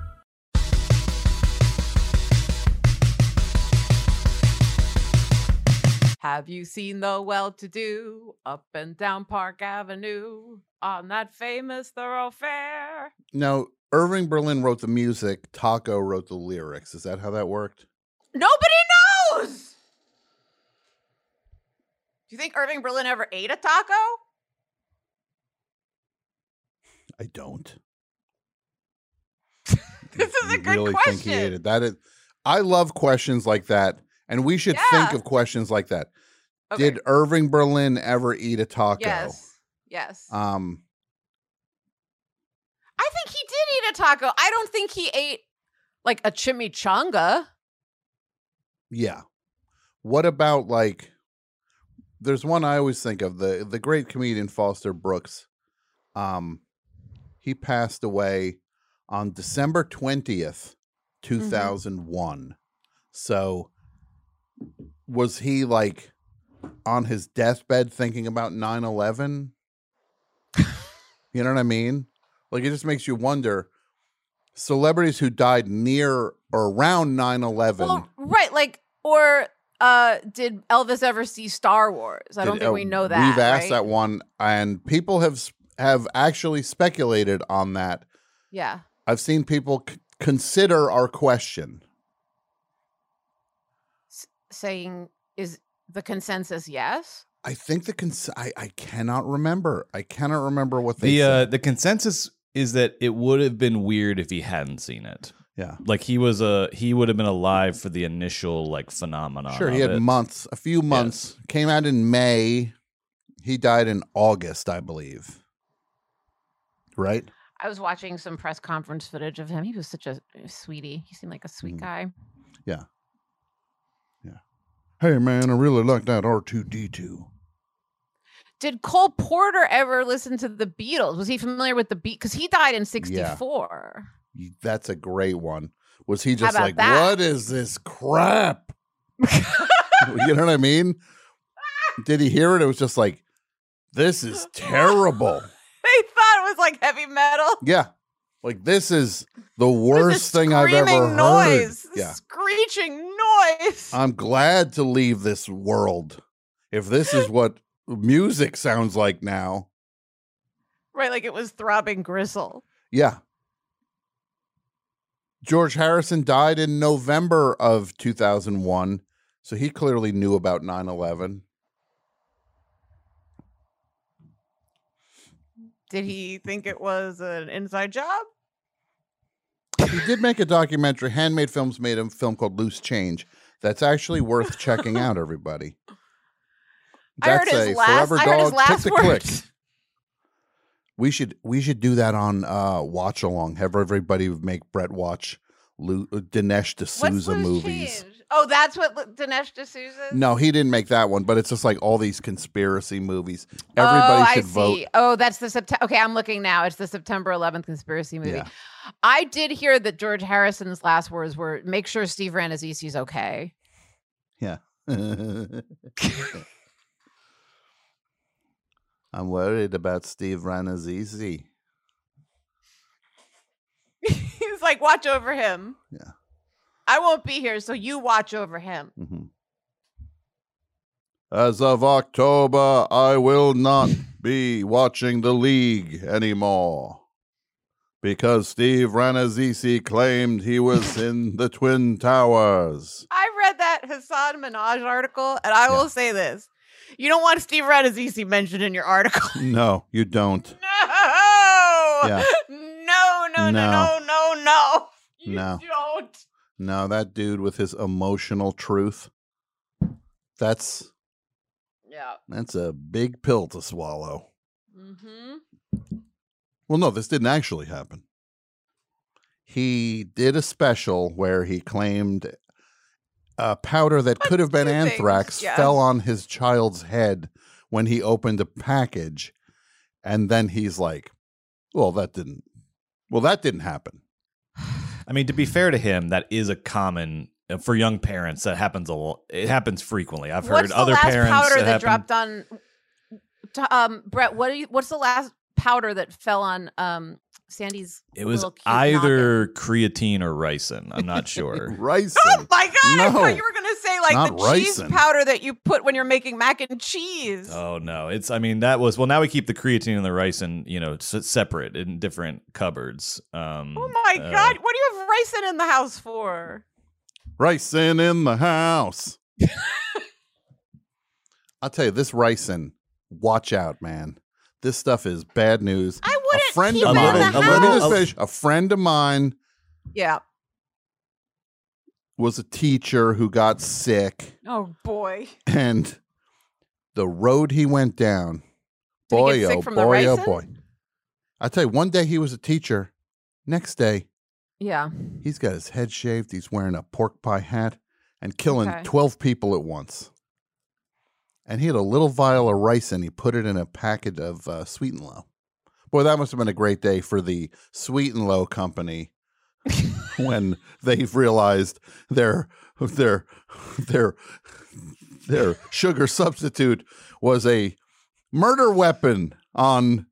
Have you seen the well-to-do up and down Park Avenue on that famous thoroughfare?
Now, Irving Berlin wrote the music, Taco wrote the lyrics. Is that how that worked?
Nobody knows. Do you think Irving Berlin ever ate a taco?
I don't.
This is a good
really
question.
think he ate it. That is, I love questions like that, and we should think
Yeah.
of questions like that.
Okay.
Did Irving Berlin ever eat a taco?
Yes. Yes.
Um,
I think he did eat a taco. I don't think he ate like a chimichanga.
yeah. What about like? There's one I always think of the the great comedian Foster Brooks. Um, he passed away on December twentieth, two So, was he like on his deathbed thinking about 9-11 you know what i mean like it just makes you wonder celebrities who died near or around 9-11
Well, right, like or uh did Elvis ever see Star Wars? I don't
did-
think
uh,
we know that.
we've asked
right?
that one and people have s- have actually speculated on that
Yeah.
i've seen people c- consider our question
Saying is the consensus yes?
i think the cons- I, I cannot remember i cannot remember what they
the uh,
said
the consensus is that it would have been weird if he hadn't seen it.
yeah
Like he was a he would have been alive for the initial like phenomenon.
Sure, he
of
had
it.
months, a few months. Came out in May. He died in August, I believe. Right?
I was watching some press conference footage of him. He was such a sweetie. He seemed like a sweet
Mm-hmm.
guy.
Yeah. Yeah. Hey man, I really like that R2D2.
Did Cole Porter ever listen to the Beatles? Was he familiar with the beat? Because he died in '64.
You- That's a great one. Was he just
about
like,
that?
what is this crap? you know what I mean? Did he hear it? It was just like, this is terrible.
They thought it was like heavy metal.
Yeah. Like this is the worst thing I've ever
Screaming noise.
heard. Yeah.
Screeching noise.
I'm glad to leave this world. If this is what music sounds like now,
Right, like it was throbbing gristle.
yeah. George Harrison died in November of 2001, so he clearly knew about 9 11.
Did he think it was an inside job?
He did make a documentary. Handmade Films made a film called Loose Change that's actually worth checking out, everybody.
I heard his last- I heard his last words.
We should we should do that on uh, watch along. Have everybody make Brett watch Lu- uh, Dinesh D'Souza
Loose
movies.
Change? Oh, that's what Lu- Dinesh D'Souza.
No, he didn't make that one, but it's just like all these conspiracy movies. Everybody
oh,
should
I
vote.
See. Oh, that's the September. Okay, I'm looking now. It's the September 11th conspiracy movie.
Yeah.
I did hear that George Harrison's last words were, "Make sure Steve Ranazzisi's okay."
Yeah. I'm worried about Steve Ranazzisi.
He's like, watch over him.
Yeah.
I won't be here, so you watch over him.
Mhm. As of October, I will not be watching the league anymore because Steve Ranazzisi claimed he was in the Twin Towers.
I read that Hassan Minaj article, and I will say this. You don't want Steve Ranazzisi mentioned in your article.
No, you don't.
No! No,
No.
no, no, no, no, no. You
No.
don't.
No, that dude with his emotional truth. That's
Yeah.
that's a big pill to swallow.
Mm-hmm.
Well, no, this didn't actually happen. He did a special where he claimed a powder that could have been anthrax
yeah.
fell on his child's head when he opened a package. And then he's like, well, that didn't, well, that didn't happen.
I mean, to be fair to him, that is a common uh, for young parents. That happens a lot. It happens frequently. I've
What's
heard
the
other
last
parents
powder
it
that
happened-
dropped on? t- Um, Brett, what do you? What's the last powder that fell on um Sandy's?
It was
little cute
either creatine or ricin. I'm not sure.
ricin.
Oh
my God, I thought you were going to say like the
Not
cheese
ricin.
powder that you put when you're making mac and cheese.
Oh no! It's I mean that was well. Now we keep the creatine and the ricin, you know, s- separate in different cupboards. Um,
Oh my
uh,
God, what do you have ricin in the house for?
Ricin in the house. I'll tell you, this ricin, watch out, man. This stuff is bad news. I
wouldn't
a friend
keep
of
it in
mine. a
the
little-
house.
let me just finish. A friend of mine
Yeah.
was a teacher who got sick,
Oh boy.
and the road he went down,
Did he
boy,
get sick
oh
from the
boy, oh
ricin?
boy. I tell you, one day he was a teacher. Next day,
Yeah.
he's got his head shaved. He's wearing a pork pie hat and killing
Okay.
12 people at once. And he had a little vial of rice and he put it in a packet of uh, Sweet and Low. Boy, that must have been a great day for the Sweet and Low company when they've realized their their their their sugar substitute was a murder weapon on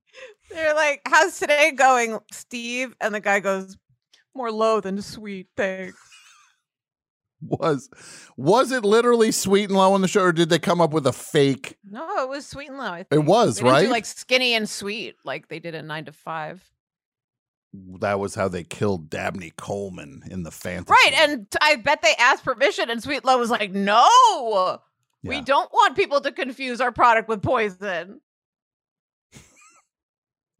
They're like, "How's today going, Steve?" And the guy goes, "More low than sweet, thanks."
was was it literally Sweet and Low on the show or did they come up with a fake
No, it was sweet and low. I
It
think.
was,
They didn't do,
right?
like skinny and sweet, like they did in Nine to Five.
that was how they killed Dabney Coleman in the fantasy.
Right, and t- I bet they asked permission, and Sweet Love was like, "No, we don't want people to confuse our product with poison."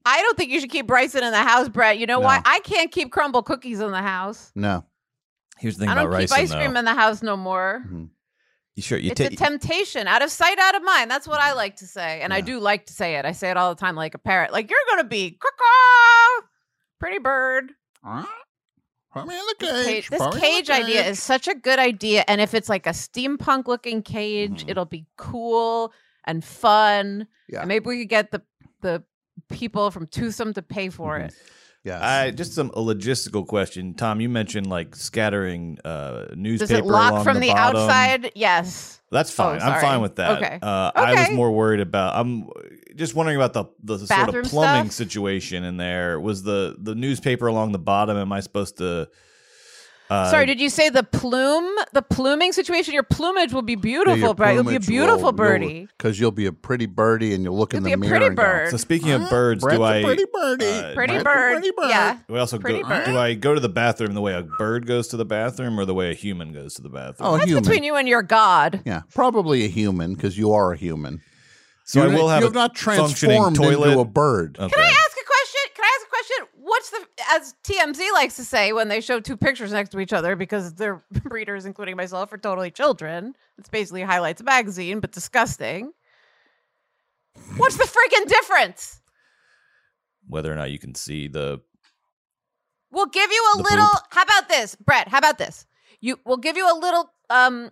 I don't think you should keep Bryson in the house, Brett. You know why?
No.
I can't keep crumble cookies in the house.
No.
Here's the thing
I
about
don't
ricin,
keep ice
though.
cream in the house no more.
you sure you
it's a
take
temptation, out of sight, out of mind. That's what I like to say, and I do like to say it. I say it all the time, like a parrot. Like you're gonna be caw pretty bird.
Put me in the
This
cage.
cage, this
put me in the
cage idea
cage.
is such a good idea, and if it's like a steampunk looking cage,
Mm-hmm.
it'll be cool and fun.
Yeah.
and maybe we could get the the people from Twosome to pay for
Mm-hmm.
it.
Yeah.
I just some a logistical question, Tom. You mentioned like scattering uh,
Does
newspaper
it lock
along
from the,
bottom.
outside? Yes. Oh,
That's fine. I'm
sorry.
fine with that.
Okay.
Uh, I was
Okay.
more worried about. I'm just wondering about the the sort
Bathroom
of plumbing
stuff?
situation in there. Was the the newspaper along the bottom? Am I supposed to? Uh,
Sorry, did you say the plume? The pluming situation? Your plumage will be beautiful, Brett. You'll be a beautiful birdie.
Because you'll be a pretty birdie and you'll look in the
be a
mirror.
pretty
and go,
bird.
So speaking of birds,
Brett's
do
a
I
pretty birdie.
uh,
Pretty
do-
bird. Yeah.
We also go,
Pretty bird.
do I go to the bathroom the way a bird goes to the bathroom, or the way a human goes to the bathroom?
Oh, a
That's
human.
between you and your God.
yeah, probably a human because you are a human.
So
You're
I
not-
will have
you
a
have not
functioning
transformed
toilet.
into a bird.
Can I ask a question? Can I ask a question? What's the as TMZ likes to say when they show two pictures next to each other because their readers, including myself, are totally children. It's basically highlights magazine, but disgusting. What's the freaking difference?
Whether or not you can see the
We'll give you a
The
little.
poop.
How about this, Brett? How about this? You we'll give you a little. Um,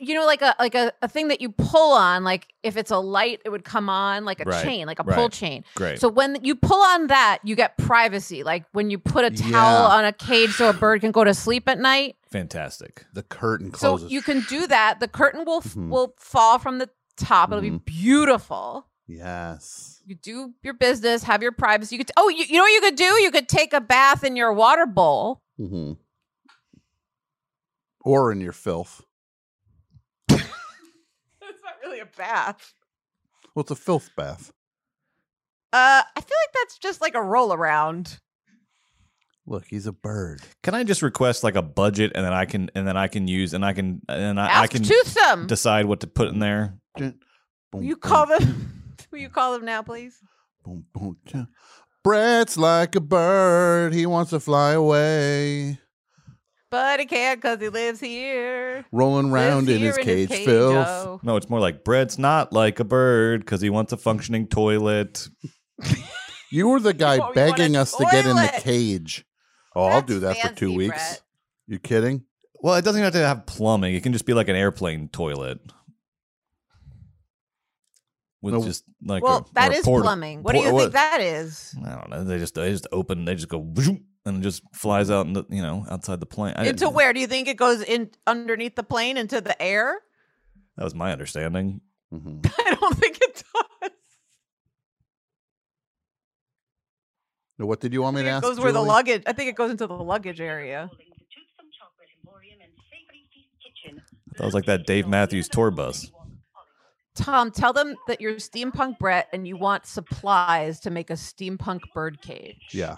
you know, like a like a, a thing that you pull on. Like if it's a light, it would come on like a
Right,
chain, like a
right.
pull chain.
Great.
So when you pull on that, you get privacy. Like when you put a towel
Yeah.
on a cage so a bird can go to sleep at night.
fantastic,
the curtain
So you can do that. The curtain will f
Mhm.
will fall from the top.
Mm-hmm.
It'll be beautiful.
Yes.
You do your business, have your privacy. You could oh, you, you know what you could do? You could take a bath in your water bowl.
Mm-hmm. Or in your filth.
It's not really a bath.
Well, it's a filth bath.
Uh, I feel like that's just like a roll around.
Look, he's a bird.
Can I just request like a budget, and then I can and then I can use and I can and I, I
Ask
can
Toothsome.
decide what to put in there.
Will you call them? Will you call them now, please?
Brett's like a bird. He wants to fly away.
But he can't because he lives here.
rolling round in
here
his
in
cage,
his cage,
Phil.
oh.
No, it's more like Brett's not like a bird because he wants a functioning toilet.
You were the guy
want- you want
begging
a
us to get in the
toilet.
cage. Oh, I'll do that for two
fancy,
weeks.
Brett.
You kidding?
Well, it doesn't even have to have plumbing. It can just be like an airplane toilet. With
No.
just like
well,
a,
that
or a
is
porta-
plumbing. What do
por-
you think that is?
I don't know. They just they just open. They just go whoosh, and it just flies out and you know outside the plane. I didn't-
Into where do you think it goes in underneath the plane into the air?
that was my understanding.
Mm-hmm.
I don't think it does.
Now, What did you want me to
It
ask?
goes where the
Julie?
luggage. I think it goes into the luggage area.
That was like that Dave Matthews tour bus.
Tom, tell them that you're steampunk Brett and you want supplies to make a steampunk bird cage.
Yeah.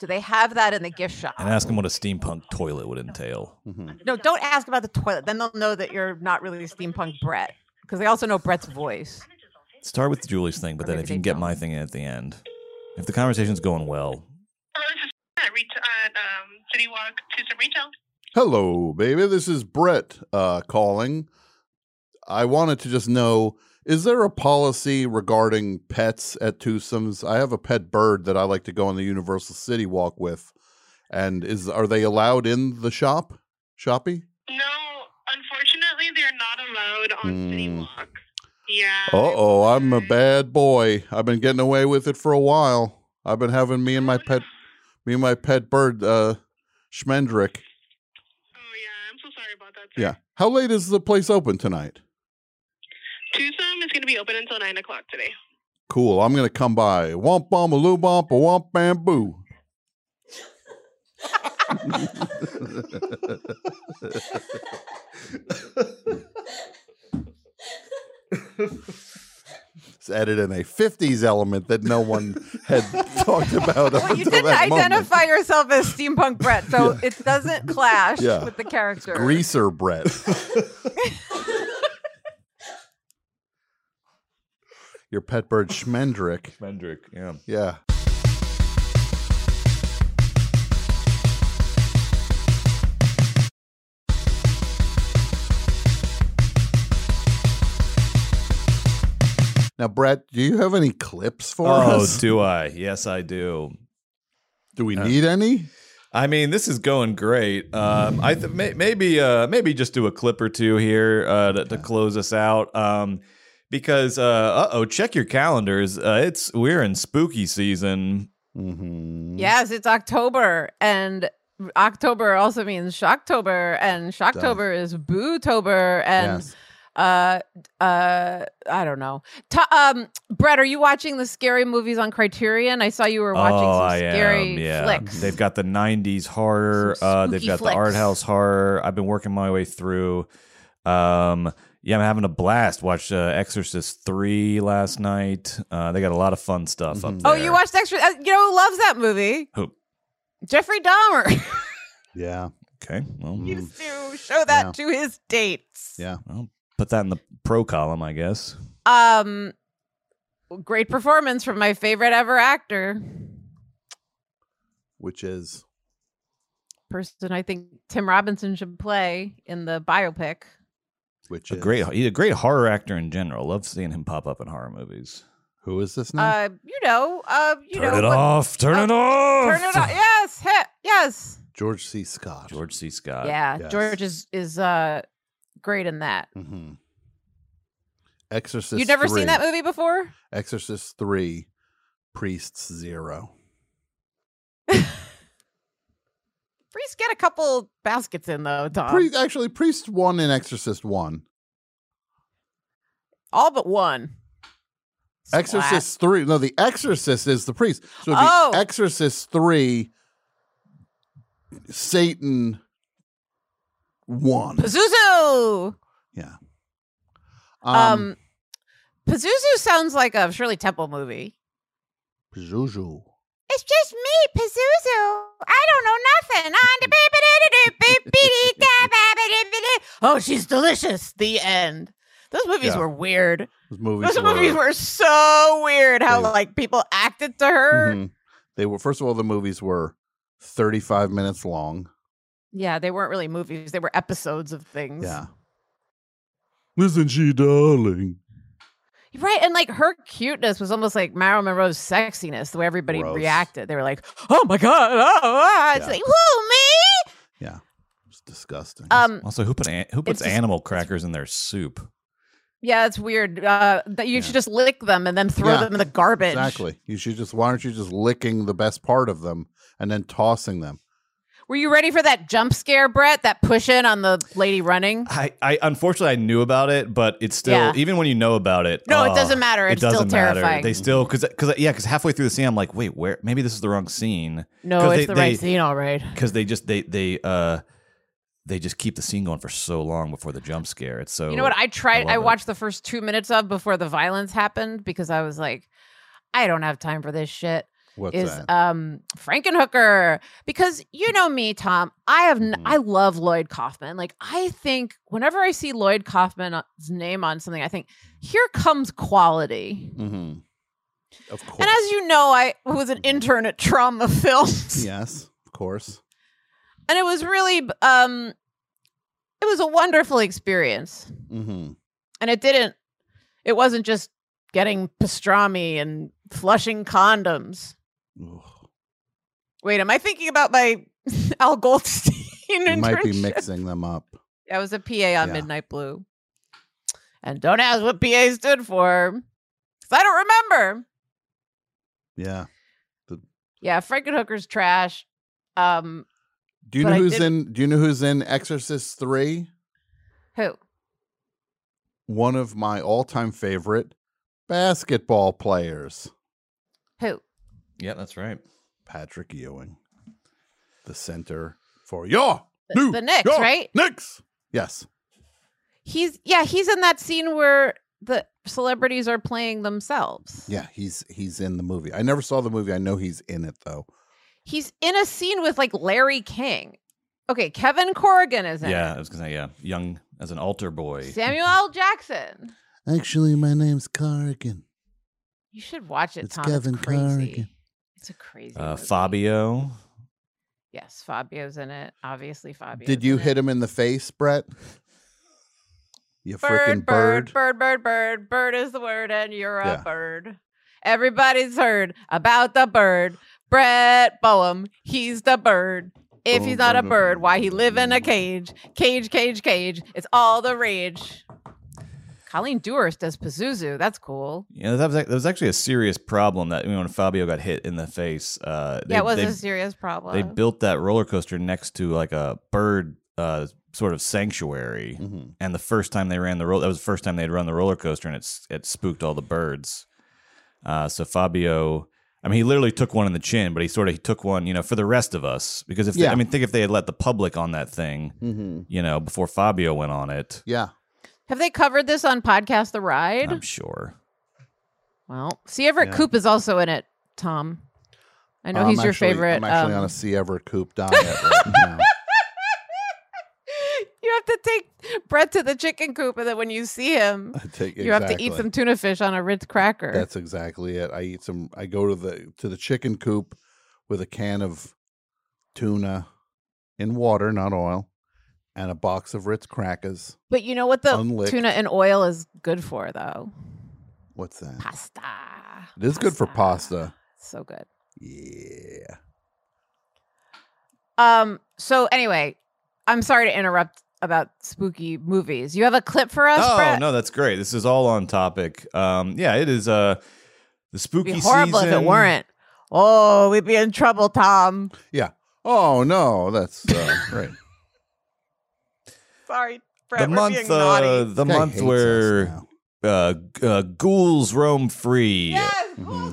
Do they have that in the gift shop?
And ask him what a steampunk toilet would entail.
Mm-hmm.
No, don't ask about the toilet. Then they'll know that you're not really steampunk Brett because they also know Brett's voice.
Start with Julie's thing, but then if you can get my thing in at the end, if the conversation's going well,
Hello, baby. This is Brett uh, calling. I wanted to just know is there a policy regarding pets at twosomes? I have a pet bird that I like to go on the Universal City walk with. And is are they allowed in the shop? Shoppy?
Unfortunately, they're not allowed on City
Mm.
Walk. Yeah.
Uh oh, I'm a bad boy. I've been getting away with it for a while. I've been having me and my pet me and my pet bird, uh Schmendrick. Oh yeah, I'm so sorry about that. Yeah. How late is the place open tonight?
Twosome is going to be open until 9 o'clock today.
Cool. I'm gonna come by. Womp bomb a loo bomp a womp bamboo. It's added in a '50s element that no one had talked about up
Well, you
until
didn't
that moment.
identify yourself as steampunk Brett, so it doesn't clash
Yeah.
with the character.
Greaser Brett. Your pet bird Schmendrick.
Schmendrick, yeah.
Yeah. Now, Brett, do you have any clips for
oh,
us?
do I? Yes, I do. Uh,
Do we need any?
I mean, this is going great. Um, I th- may- maybe uh, maybe just do a clip or two here uh, to, to close us out. Um, because uh oh, check your calendars. Uh, it's we're in spooky season. Mm.
Mm-hmm.
Yes, it's October, and October also means Shocktober, and Shocktober is Bootober, and
Yes.
uh, uh, I don't know. Ta- um, Brett, are you watching the scary movies on Criterion? I saw you were watching
oh,
some
I
scary
am. Yeah,
flicks.
they've got the '90s horror. Uh, they've
spooky
got the art
flicks.
house horror. I've been working my way through. Um, yeah, I'm having a blast. Watched uh, Exorcist three last night. Uh, they got a lot of fun stuff up
Mm-hmm.
there.
Oh, you watched Extra? uh, You know who loves that movie?
Who?
Jeffrey Dahmer.
Yeah. Mm-hmm.
Okay. Well,
to show that to his dates.
yeah.
Well, put that in the pro column, I guess.
Um, great performance from my favorite ever actor.
Which is
person I think Tim Robinson should play in the biopic.
which
a great. He's a great horror actor in general. Love seeing him pop up in horror movies.
Who is this
Uh, you know, uh, you
turn
know,
it
what- Oh.
off. Turn it
Turn
off.
it off. Yes, he- yes,
George C. Scott.
George C. Scott.
yeah. George is is uh great in that.
Mm-hmm. Exorcist.
You've never
3.
seen that movie before?
Exorcist three, Priests zero.
Priest get a couple baskets in though, Tom.
Pri- actually, Priest one and Exorcist one.
All but one.
Exorcist three. No, the Exorcist is the priest. So the
Oh.
Exorcist three, Satan one.
Pazuzu.
Yeah.
Um, Pazuzu sounds like a Shirley Temple movie.
Pazuzu.
It's just me, Pazuzu. I don't know nothing. I'm the Oh, she's delicious. The end. Those movies
Yeah.
were weird.
Those movies
Those
were-
movies were so weird how like people acted to her.
Mm-hmm. Mhm. They were first of all the movies were thirty five minutes long.
Yeah, they weren't really movies. They were episodes of things.
Yeah. Listen, she darling.
Right. And like her cuteness was almost like Marilyn Monroe's sexiness, the way everybody reacted. They were like, oh my God. Oh, ah. It's
Yeah.
like, who, me?
Yeah. It's disgusting.
Um,
also, who put an, who puts
it's just-
animal crackers in their soup?
Yeah, it's weird. Uh, that you should just lick them and then throw
Yeah,
them in the garbage.
Exactly. You should just why aren't you just licking the best part of them and then tossing them?
Were you ready for that jump scare, Brett? That push in on the lady running?
I, I unfortunately I knew about it, but it's still
Yeah.
even when you know about it.
No, it
ah,
doesn't matter. It's still terrifying.
They still because because yeah because halfway through the scene I'm like wait where maybe this is the wrong scene.
No, it's the right scene, all right.
Because they just they they uh they just keep the scene going for so long before the jump scare. It's so
you know what? I tried,
love
I,
it.
watched the first two minutes of before the violence happened because I was like, I don't have time for this shit.
What's
is
that?
um Frankenhooker because you know me, Tom. I have
Mm-hmm.
n- I love Lloyd Kaufman. Like I think whenever I see Lloyd Kaufman's name on something, I think here comes quality.
Mm-hmm. Of course.
And as you know, I was
Mm-hmm.
an intern at Trauma Films,
yes, of course.
and it was really um, it was a wonderful experience.
Mm-hmm.
And it didn't, it wasn't just getting pastrami and flushing condoms. Wait, am I thinking about my Al Goldstein
You
internship?
might be mixing them up.
I was a PA on
Yeah.
Midnight Blue, and don't ask what PA stood for, 'cause I don't remember.
Yeah.
Yeah, Frankenhooker's trash. Um,
Do you
But
know
I
who's
did-
in do you know who's in Exorcist 3?
who?
One of my all-time favorite basketball players,
Who?
Yeah, that's right.
Patrick Ewing. The center for your
The-
new
the Knicks,
York
right?
Knicks. Yes.
He's yeah, he's in that scene where the celebrities are playing themselves.
Yeah, he's he's in the movie. I never saw the movie. I know he's in it though.
He's in a scene with like Larry King. Okay, Kevin Corrigan is in. it.
Yeah, I was gonna say yeah, young as an altar boy.
Samuel L. Jackson.
Actually, my name's Corrigan.
You should watch it,
It's
Tom.
Kevin
it's crazy.
Corrigan.
It's a crazy.
Uh, Fabio.
yes, Fabio's in it. Obviously, Fabio.
Did you hit him in the face, Brett? You freaking
Bird, bird,
bird.
bird, bird, bird, bird is the word, and you're a
Yeah.
bird. Everybody's heard about the bird. Brett Boehm, he's the bird. If he's not a bird, why he live in a cage? Cage, cage, cage. It's all the rage. Colleen Dewars does Pazuzu. That's cool.
Yeah, that was, that was actually a serious problem that you know, when Fabio got hit in the face. Uh,
yeah, it was
they-
a serious problem.
They built that roller coaster next to like a bird uh, sort of sanctuary,
Mm-hmm.
and the first time they ran the roll, that was the first time they'd run the roller coaster, and it's it spooked all the birds. Uh, so Fabio, I mean, he literally took one in the chin, but he sort of he took one, you know, for the rest of us because if they-
Yeah.
I mean, think if they had let the public on that thing,
Mhm.
you know, before Fabio went on it,
Yeah.
Have they covered this on podcast The Ride?
I'm sure.
Well, see, Everett
Yeah.
Koop is also in it, Tom. I know he's
I'm
your
actually-
favorite.
I'm actually
um,
on a C. Everett Coop diet right now.
You have to take Brett to the chicken coop, and then when you see him,
I take-
you have to eat
exactly.
some tuna fish on a Ritz cracker.
That's exactly it. I eat some. I go to the to the chicken coop with a can of tuna in water, not oil, and a box of Ritz crackers.
but you know what the
Unlicked.
tuna and oil is good for, though.
What's that?
Pasta.
It is good for pasta.
So good.
Yeah.
Um. So anyway, I'm sorry to interrupt about spooky movies. You have a clip for us,
oh
Brett?
no, that's great. This is all on topic. Um, yeah, it is. Uh, the spooky
It'd be horrible if
season-
it weren't. Oh, we'd be in trouble, Tom.
Yeah. Oh no, that's uh, right.
Sorry,
the month, uh, the
Guy
month
hates
where uh, g- uh, ghouls roam free.
Mm-hmm.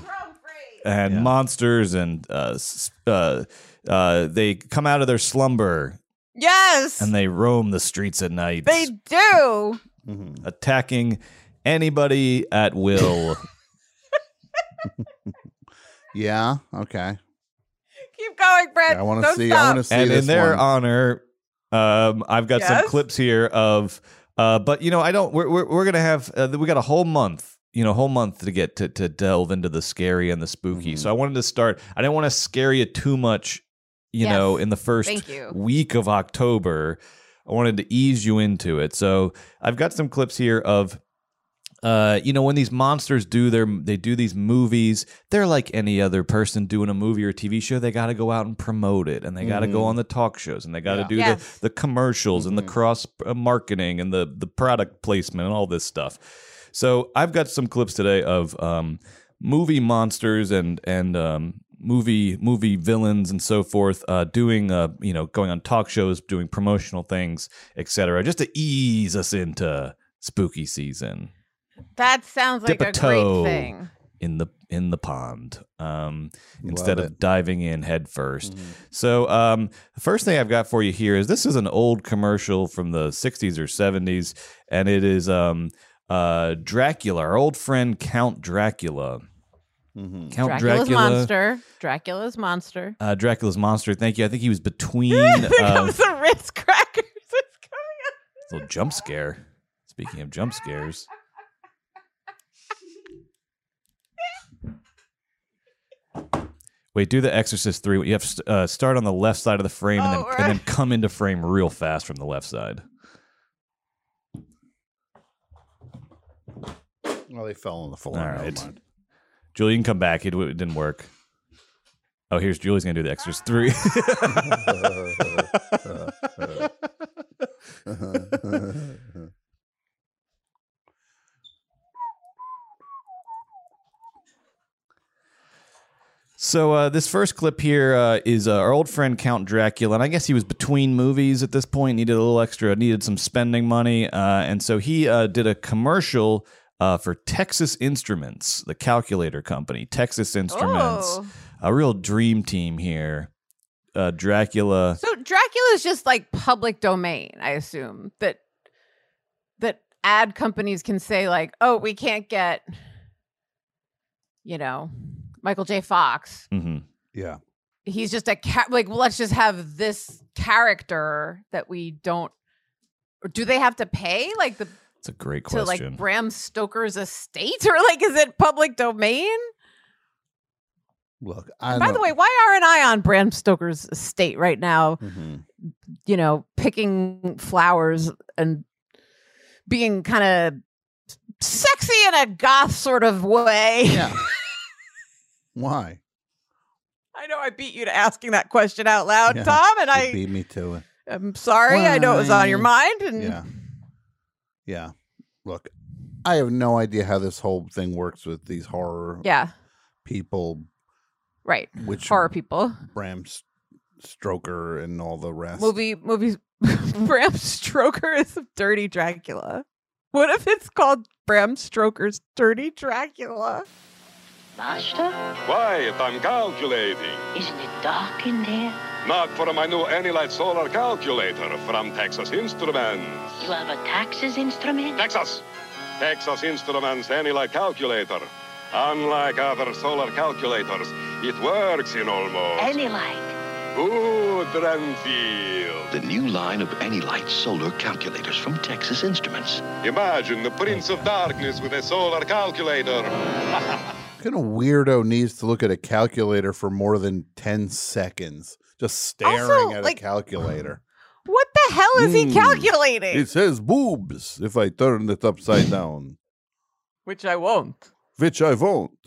And monsters and uh, s- uh, uh, they come out of their slumber
Yes,
and they roam the streets at night,
they do.
Mm-hmm.
attacking anybody at will.
yeah. Okay.
Keep going, Brett.
I want to
Don't
see. I
stop.
want to see.
and
this
in their
one.
honor, um, I've got
Yes?
some clips here of. Uh, but you know, I don't. We're we're, we're gonna have. Uh, we got a whole month. You know, whole month to get
Mm-hmm.
to to delve into the scary and the spooky. So I wanted to start. I didn't want to scare you too much you
Yes.
know, in the first
Thank you.
week of October. I wanted to ease you into it. So I've got some clips here of uh, you know, when these monsters do their they do these movies, they're like any other person doing a movie or a TV show. They got to go out and promote it, and they got to go
Mhm.
on the talk shows, and they got to
Yeah.
do
Yes.
the, the commercials and the cross uh, marketing and the the product placement and all this stuff. So I've got some clips today of um, movie monsters and and um, movie movie villains and so forth uh, doing uh, you know going on talk shows, doing promotional things, etc. Just to ease us into spooky season
That sounds like
dip
a,
a, toe
great thing.
in the in the pond um, instead
Love
of diving in head 1st So um, the first thing I've got for you here is this is an old commercial from the '60s or '70s, and it is um, uh, Dracula, our old friend Count Dracula. Count
Dracula's
Dracula,
monster. Dracula's monster.
Uh, Dracula's monster. Thank you. I think he was between. uh,
the Ritz crackers.
little jump scare. Speaking of jump scares. Wait, do the Exorcist 3. You have to uh, start on the left side of the frame and, then,
Oh,
and then come into frame real fast from the left side.
Well, they fell on the
All
floor. Never
right.
mind.
Julie, you can come back. It, w- it didn't work. Oh, here's Julie's going to do the Exorcist 3. So uh, this first clip here uh, is uh, our old friend Count Dracula, and I guess he was between movies at this point. Needed a little extra, needed some spending money, uh, and so he uh, did a commercial uh, for Texas Instruments, the calculator company. Texas Instruments,
Oh.
a real dream team here. Uh, Dracula.
So Dracula is just like public domain, I assume that that ad companies can say like, oh, we can't get, you know, Michael J. Fox.
Mm-hmm.
Yeah.
He's just a cat. Like, let's just have this character that we don't. Or do they have to pay like the
It's a great
to
question.
like Bram Stoker's estate or like is it public domain?
Look, I
By
know-
the way, why aren't I on Bram Stoker's estate right now?
Mm-hmm.
You know, picking flowers and being kind of sexy in a goth sort of way.
why?
I know I beat you to asking that question out loud,
Yeah,
Tom, and
you
I
beat me to it.
am sorry. I know it was on your
Why?
mind, and
Yeah. Yeah. Look, I have no idea how this whole thing works with these horror
Yeah.
people,
right,
Which-
horror people
Bram S- Stroker, and all the rest.
movie movies. Bram Stoker is a dirty Dracula. What if it's called Bram Stoker's Dirty Dracula?
Master,
Why, if I'm calculating.
isn't it dark in there?
Not for my new Anilite solar calculator from Texas Instruments.
You have a taxes instrument?
Texas! Texas Instruments Anilite calculator. Unlike other solar calculators, it works in almost.
Any light.
Good, Renfield.
The new line of Anylite solar calculators from Texas Instruments.
Imagine the Prince of Darkness with a solar calculator.
What kind of weirdo needs to look at a calculator for more than 10 seconds? Just staring
Also,
at a
like-
calculator.
What the hell is
Mm.
he calculating?
It says boobs if I turn it upside down,
Which I won't.
which I won't.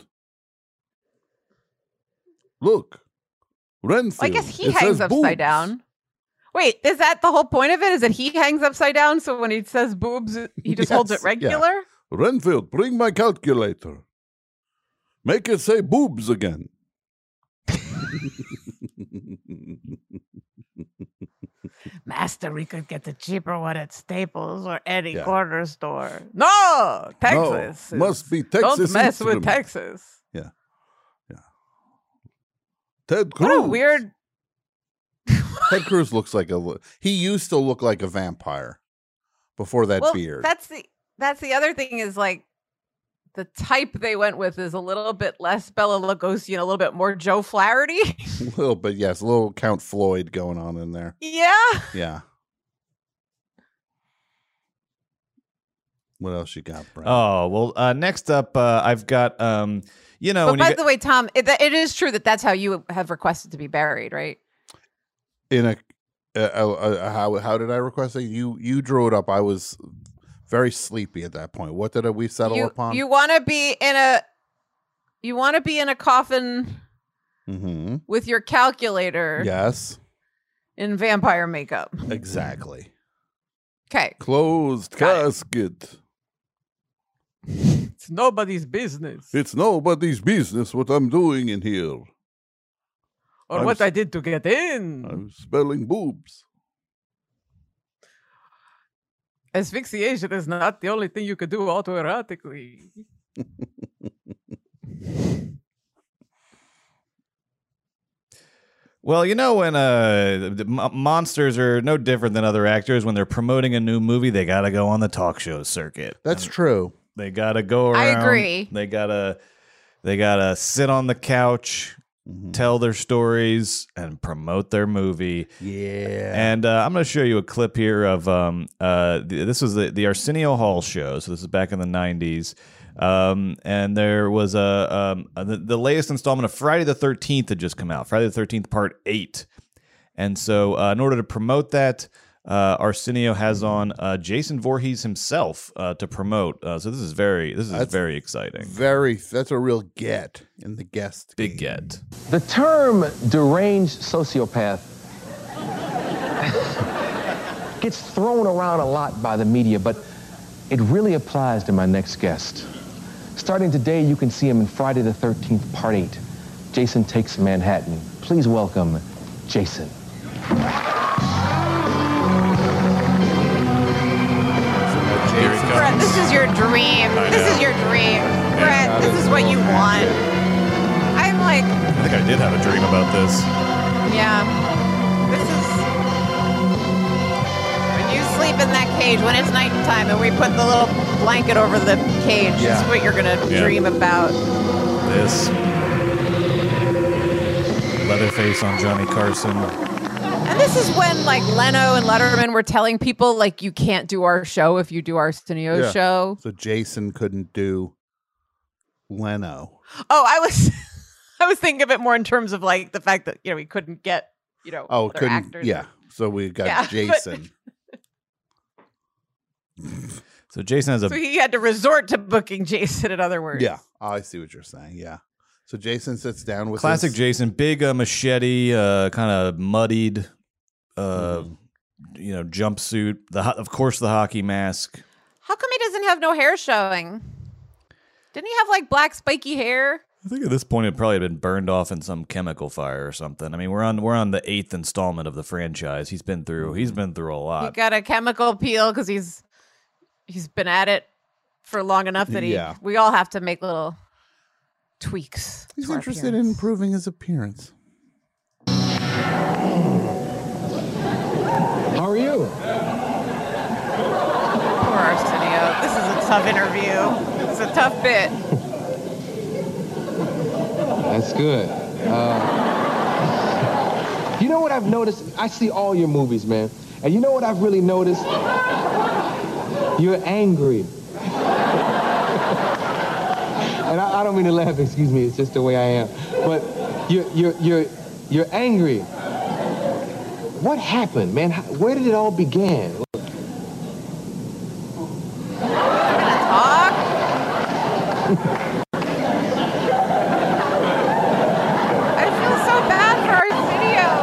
Look, Renfield.
I guess he
it
hangs
says boobs.
upside down. Wait, is that the whole point of it? Is that he hangs upside down? So when he says boobs, he just holds
Yes,
it
yeah.
regular?
Renfield, bring my calculator. Make it say boobs again.
Master, we could get the cheaper one at Staples or any
Yeah.
corner store. No, Texas.
No, must be
Don't
Texas.
mess
instrument.
with Texas.
Yeah. Yeah. Ted Cruz.
What a weird.
Ted Cruz looks like a. He used to look like a vampire before that
well,
beard.
That's the that's the other thing is like the type they went with is a little bit less Bella Lugosi and a little bit more Joe Flaherty.
a little bit, yes, a little Count Floyd going on in there.
yeah.
Yeah. What else you got, Brent?
Oh well. Uh, next up, uh, I've got um, you know.
but
when you
by
get-
the way, Tom, it, it is true that that's how you have requested to be buried, right?
in a uh, uh, uh, how how did I request it? You you drew it up. I was very sleepy at that point. What did we settle
you
upon?
you want to be in a you want to be in a coffin
mm-hmm.
with your calculator
Yes,
in vampire makeup.
exactly.
Okay,
Closed casket.
It's nobody's business
It's nobody's business what I'm doing in here.
or
I
what
was-
I did to get in.
I'm spelling boobs.
Asphyxiation is not the only thing you could do autoerotically.
Well, you know when uh, the m- monsters are no different than other actors when they're promoting a new movie, they gotta go on the talk show circuit.
That's true.
They gotta go around.
I agree.
They gotta they gotta sit on the couch,
Mm-hmm.
tell their stories, and promote their movie.
Yeah.
And uh, I'm gonna show you a clip here of um uh th- this was the, the Arsenio Hall show. So this is back in the '90s. Um, and there was a um uh, the, the latest installment of Friday the 13th had just come out. Friday the 13th Part Eight. And so, uh, in order to promote that, uh, Arsenio
Mm-hmm.
has on uh, Jason Voorhees himself uh, to promote. Uh, so this is very this is
That's
very exciting.
Very. That's a real get in the guest.
Big get.
The term deranged sociopath gets thrown around a lot by the media, but it really applies to my next guest. Starting today, you can see him in Friday the 13th, Part 8. Jason Takes Manhattan. Please welcome Jason.
Here it
Brett, this is your dream.
I
This
know.
is your dream, Brett. This is what you want. I'm like,
I think I did have a dream about this.
yeah. This is when you sleep in that cage when it's nighttime, and we put the little blanket over the cage.
Yeah.
That's what you're gonna
Yeah.
dream about.
This Leatherface on Johnny Carson.
And this is when like Leno and Letterman were telling people like you can't do our show if you do Arsenio's
Yeah.
show.
So Jason couldn't do Leno.
Oh, I was I was thinking of it more in terms of like the fact that you know we couldn't get you know
Oh,
other
couldn't.
actors.
Yeah. So we got
Yeah, but-
Jason.
So Jason has a
So he had to resort to booking Jason. In other words,
Yeah. I see what you're saying. Yeah. So Jason sits down with
classic
his-
Jason, big uh, machete, uh, kind of muddied, uh, you know, jumpsuit. The ho- of course the hockey mask.
How come he doesn't have no hair showing? Didn't he have like black spiky hair?
I think at this point it probably had been burned off in some chemical fire or something. I mean, we're on we're on the eighth installment of the franchise. He's been through he's been through a
He
lot.
got a chemical peel because he's he's been at it for long enough that he
Yeah.
we all have to make little tweaks.
He's interested in improving his appearance.
How are you?
Poor Arsenio. This is a tough interview. It's a tough bit.
That's good. Uh, you know what I've noticed? I see all your movies, man. And you know what I've really noticed? You're angry. and I, I don't mean to laugh, excuse me, it's just the way I am. But you're, you're, you're, you're angry. What happened, man? How- Where did it all begin?
I feel so bad for Arsenio.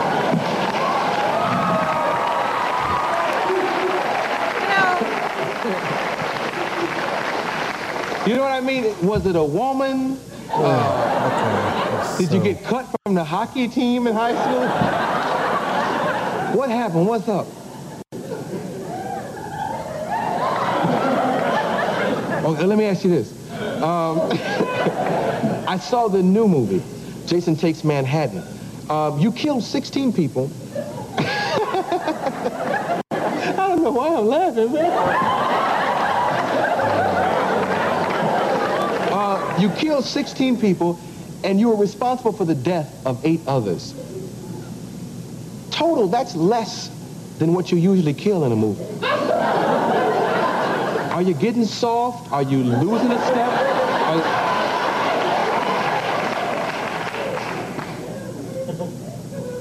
You know what I mean? Was it a woman? Uh, Did you get cut from the hockey team in high school? What happened? What's up? Okay, let me ask you this. Um, I saw the new movie, Jason Takes Manhattan. Um, you killed 16 people. I don't know why I'm laughing, man. Uh, you killed 16 people, and you were responsible for the death of eight others. Total, that's less than what you usually kill in a movie. Are you getting soft? Are you losing a step? Are-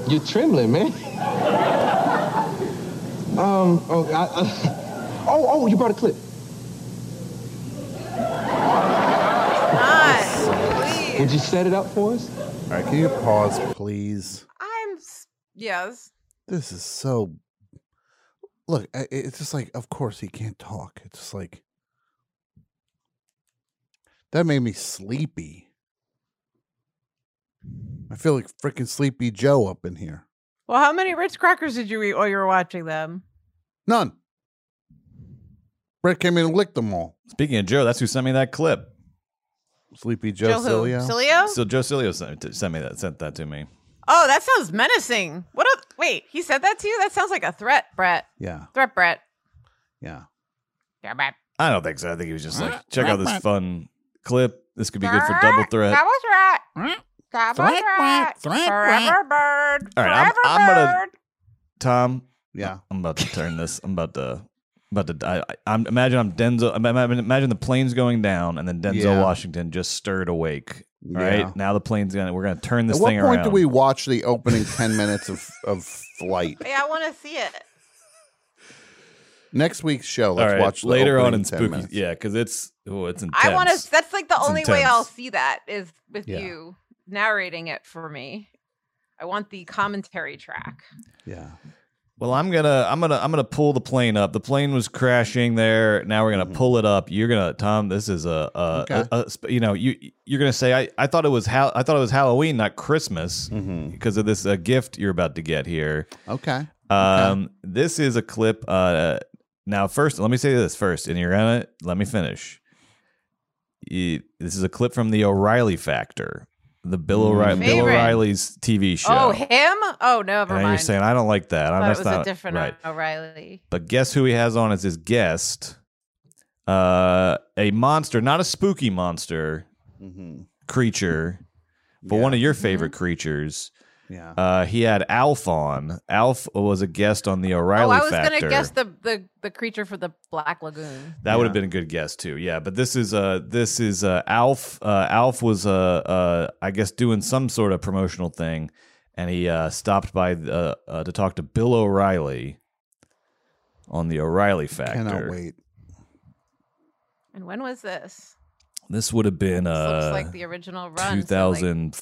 You're trembling, man. Um. Oh. I, I, oh. Oh. You brought a clip. Would you set it up for us?
All right, can you pause, please?
I'm s- yes.
This is so. Look, I- it's just like, of course he can't talk. It's just like that made me sleepy. I feel like freaking Sleepy Joe up in here.
Well, how many Ritz crackers did you eat while you were watching them?
None. Brett came in and licked them all.
Speaking of Joe, that's who sent me that clip.
Sleepy Joe,
Joe who?
Cilio.
Cilio?
So Joe Cilio sent, sent me that sent that to me.
Oh, that sounds menacing. What? A, wait, he said that to you? That sounds like a threat, Brett.
Yeah.
Threat, Brett.
Yeah.
Yeah, Brett.
I don't think so. I think he was just like, check out this fun clip. This could be good for
Brett,
double threat.
That was right. That was
Threat,
right.
threat,
Forever bird.
All right, I'm-
forever
I'm gonna-
bird.
Tom.
Yeah.
I'm about to turn this. I'm about to. About to. I, I, I'm imagine I'm Denzel. I'm- I'm- Imagine the plane's going down, and then Denzel
Yeah.
Washington just stirred awake. All right.
Yeah.
Now the plane's gonna. We're gonna turn this
At what
thing
point
around.
do we watch the opening 10 minutes of, of Flight?
Yeah, I want to see it.
Next week's show,
All
let's
right,
watch the
later on
opening
in
10
spooky.
minutes.
Yeah, because it's oh, it's intense.
I want to. That's like the
It's
only way I'll
intense.
see that is with
Yeah.
you narrating it for me. I want the commentary track.
Yeah.
Well, I'm gonna I'm gonna I'm gonna pull the plane up. The plane was crashing there. Now we're gonna pull it up. You're gonna Tom. This is a, a,
Mm-hmm. Okay.
a- a sp- you know you you're gonna say I, I thought it was how I thought it was Halloween, not Christmas, because of this uh, gift you're about to get here.
Mm-hmm. Okay.
Um, this is a clip. Uh, now first, let me say this first, and you're gonna let me finish. You- this is a clip from the O'Reilly Factor, the Bill
Mm-hmm.
O'Reilly Bill
Favorite.
O'Reilly's TV show.
Oh, him? Oh, never
and
mind.
you're saying I don't like that.
I
I
thought it
that's
was
not
a different uh,
right.
O'Reilly.
But guess who he has on as his guest? Uh, a monster, not a spooky monster
Mm-hmm.
creature, but one of your favorite creatures.
Yeah.
Uh, he had Alf on. Alf was a guest on the
Oh,
O'Reilly
I was
Factor.
gonna guess the, the the creature for the Black Lagoon.
that would have been a good guess too. Yeah, but this is uh this is uh Alf. Uh, Alf was uh, uh I guess doing some sort of promotional thing, and he uh, stopped by uh, uh, to talk to Bill O'Reilly on the O'Reilly Factor.
Cannot wait.
And when was this?
This would have been
This
uh,
looks like the original run. so, like-
2005,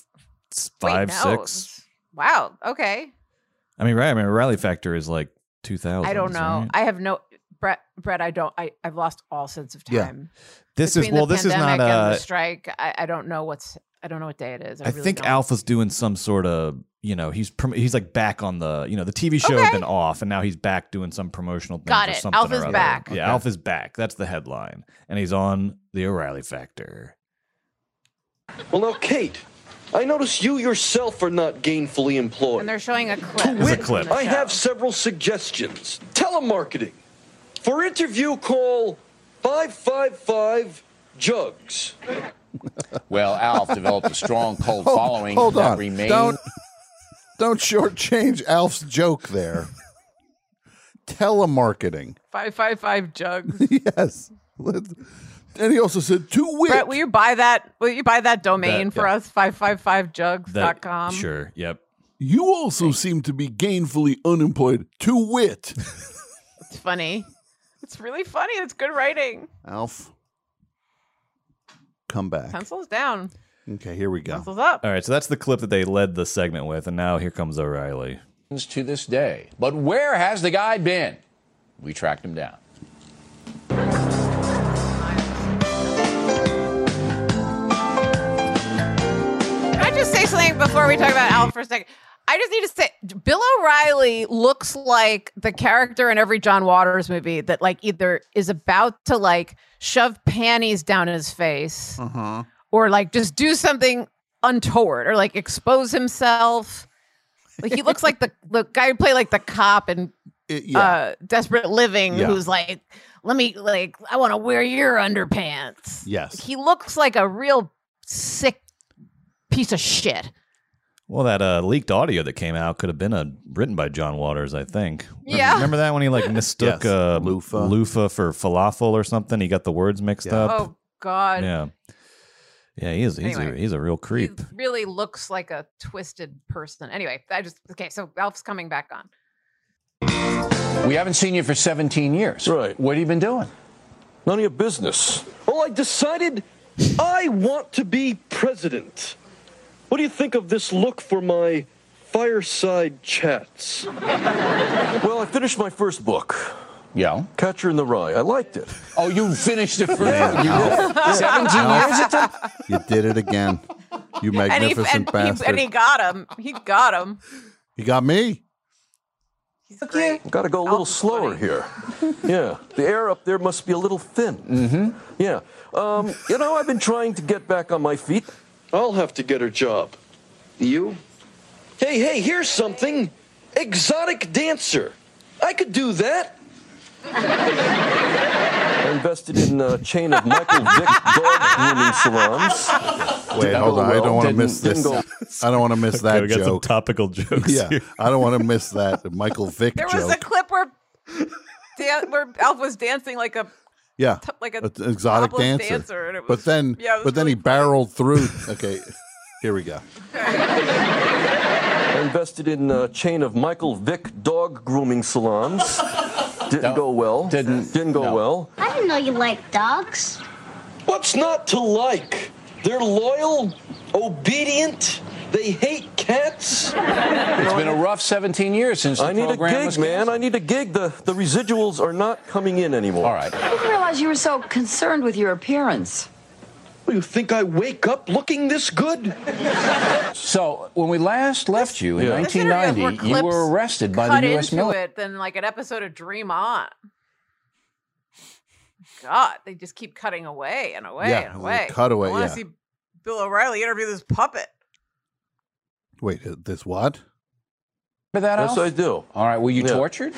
Wait, no, it
6.
was- Wow. Okay.
I mean, right. I mean, Rally Factor is like 2000.
I don't know. I have no Brett. Brett, I don't. I I've lost all sense of
Yeah.
time.
This is-
Between the
well, this is
pandemic
not,
and the
uh,
strike. I, I don't know what's. I don't know what day it is. I,
I
really
think
don't.
Alpha's doing some sort of, you know, he's prom- he's like back on the, you know, the TV show has
Okay.
been off and now he's back doing some promotional thing.
Got
for
it.
Something
Alpha's
or other.
back.
Yeah,
Okay.
Alpha's back. That's the headline. And he's on the O'Reilly Factor.
Well, now, Kate, I notice you yourself are not gainfully employed.
And they're showing a clip.
Wit,
from the
I
show.
have several suggestions. Telemarketing. For interview, call 555 Jugs.
Well, Alf developed a strong cult
Hold-
following
hold
that
on.
remained.
Don't don't shortchange Alf's joke there. Telemarketing.
five five five jugs.
yes. Let's- And he also said two wit.
Brett, will you buy that? Will you buy that domain
That-
for
yeah.
us? Five five five jugs.com.
Yep.
You also seem to be gainfully unemployed. To wit,
It's funny. It's really funny. It's good writing.
Alf, come back.
Pencils down.
Okay, here we go.
Pencils up.
All right. So that's the clip that they led the segment with. And now here comes O'Reilly.
To this day. But where has the guy been? We tracked him down.
Can I just say something before we talk about Al for a second? I just need to say Bill O'Reilly looks like the character in every John Waters movie that like either is about to like shove panties down his face
Uh-huh.
or like just do something untoward or like expose himself. Like he looks like the, the guy who played like the cop in
yeah.
uh, Desperate Living
Yeah.
who's like, let me like I want to wear your underpants.
Yes.
He looks like a real sick piece of shit.
Well, that uh, leaked audio that came out could have been a, written by John Waters, I think. Remember-
Yeah.
Remember that when he like
Yes.
mistook uh,
Loofah.
loofah for falafel or something? He got the words mixed up.
Oh God.
Yeah. Yeah, he is. He's
Anyway.
a he's a real creep.
Really looks like a twisted person. Anyway, I just okay, so Alf's coming back on.
We haven't seen you for 17 years. Right. What have you been doing?
None of your business. Well, I decided I want to be president. What do you think of this look for my fireside chats? well, I finished my first book.
Yeah.
Catcher in the Rye. I liked it.
Oh, you finished it for
yeah, you did. Yeah.
17 years it took?
You did it again. You
and, he,
magnificent
and,
bastard.
he, and he got him. He got him.
you got me.
Okay. Got to go a little slower here. yeah. The air up there must be a little thin. Mm-hmm. Yeah. Um, you know, I've been trying to get back on my feet.
I'll have to get her job.
You?
Hey, hey, here's something.
Exotic dancer. I could do that. I invested in a chain of Michael Vick dog grooming salons.
Wait,
Didn't
hold
go
on. I
well.
don't want to
Didn't-
miss this.
didn't go-
I don't want to miss
Okay,
that
we got some
joke.
topical jokes
Yeah,
here.
I don't want to miss that Michael Vick
There was a
joke.
clip where, Dan, where Alf was dancing like a
yeah,
t- like a
An exotic
topless
dancer.
dancer, and it
but
was-
then,
yeah, it was
but then he barreled through. Okay, here we go.
I invested in a chain of Michael Vick dog grooming salons. Didn't go well. Didn't. Didn't go well.
I didn't know you liked dogs.
What's not to like? They're loyal, obedient. They hate cats.
It's been a rough 17 years since the
I need a
program
gig,
was
man. I need a gig. The the residuals are not coming in anymore. All
right.
I didn't realize you were so concerned with your appearance.
What, you think I wake up looking this good?
So when we last left you in
Yeah.
This interview has more
1990, you were
clips
arrested by
cut
the U.S.
into
military.
it than like an episode of Dream On. God, they just keep cutting away and away
Yeah,
and
the
away.
cutaway,
I want
yeah.
to see Bill O'Reilly interview this puppet.
Wait, uh, this what?
Remember that,
Yes,
Alf?
I do.
All right, were you tortured?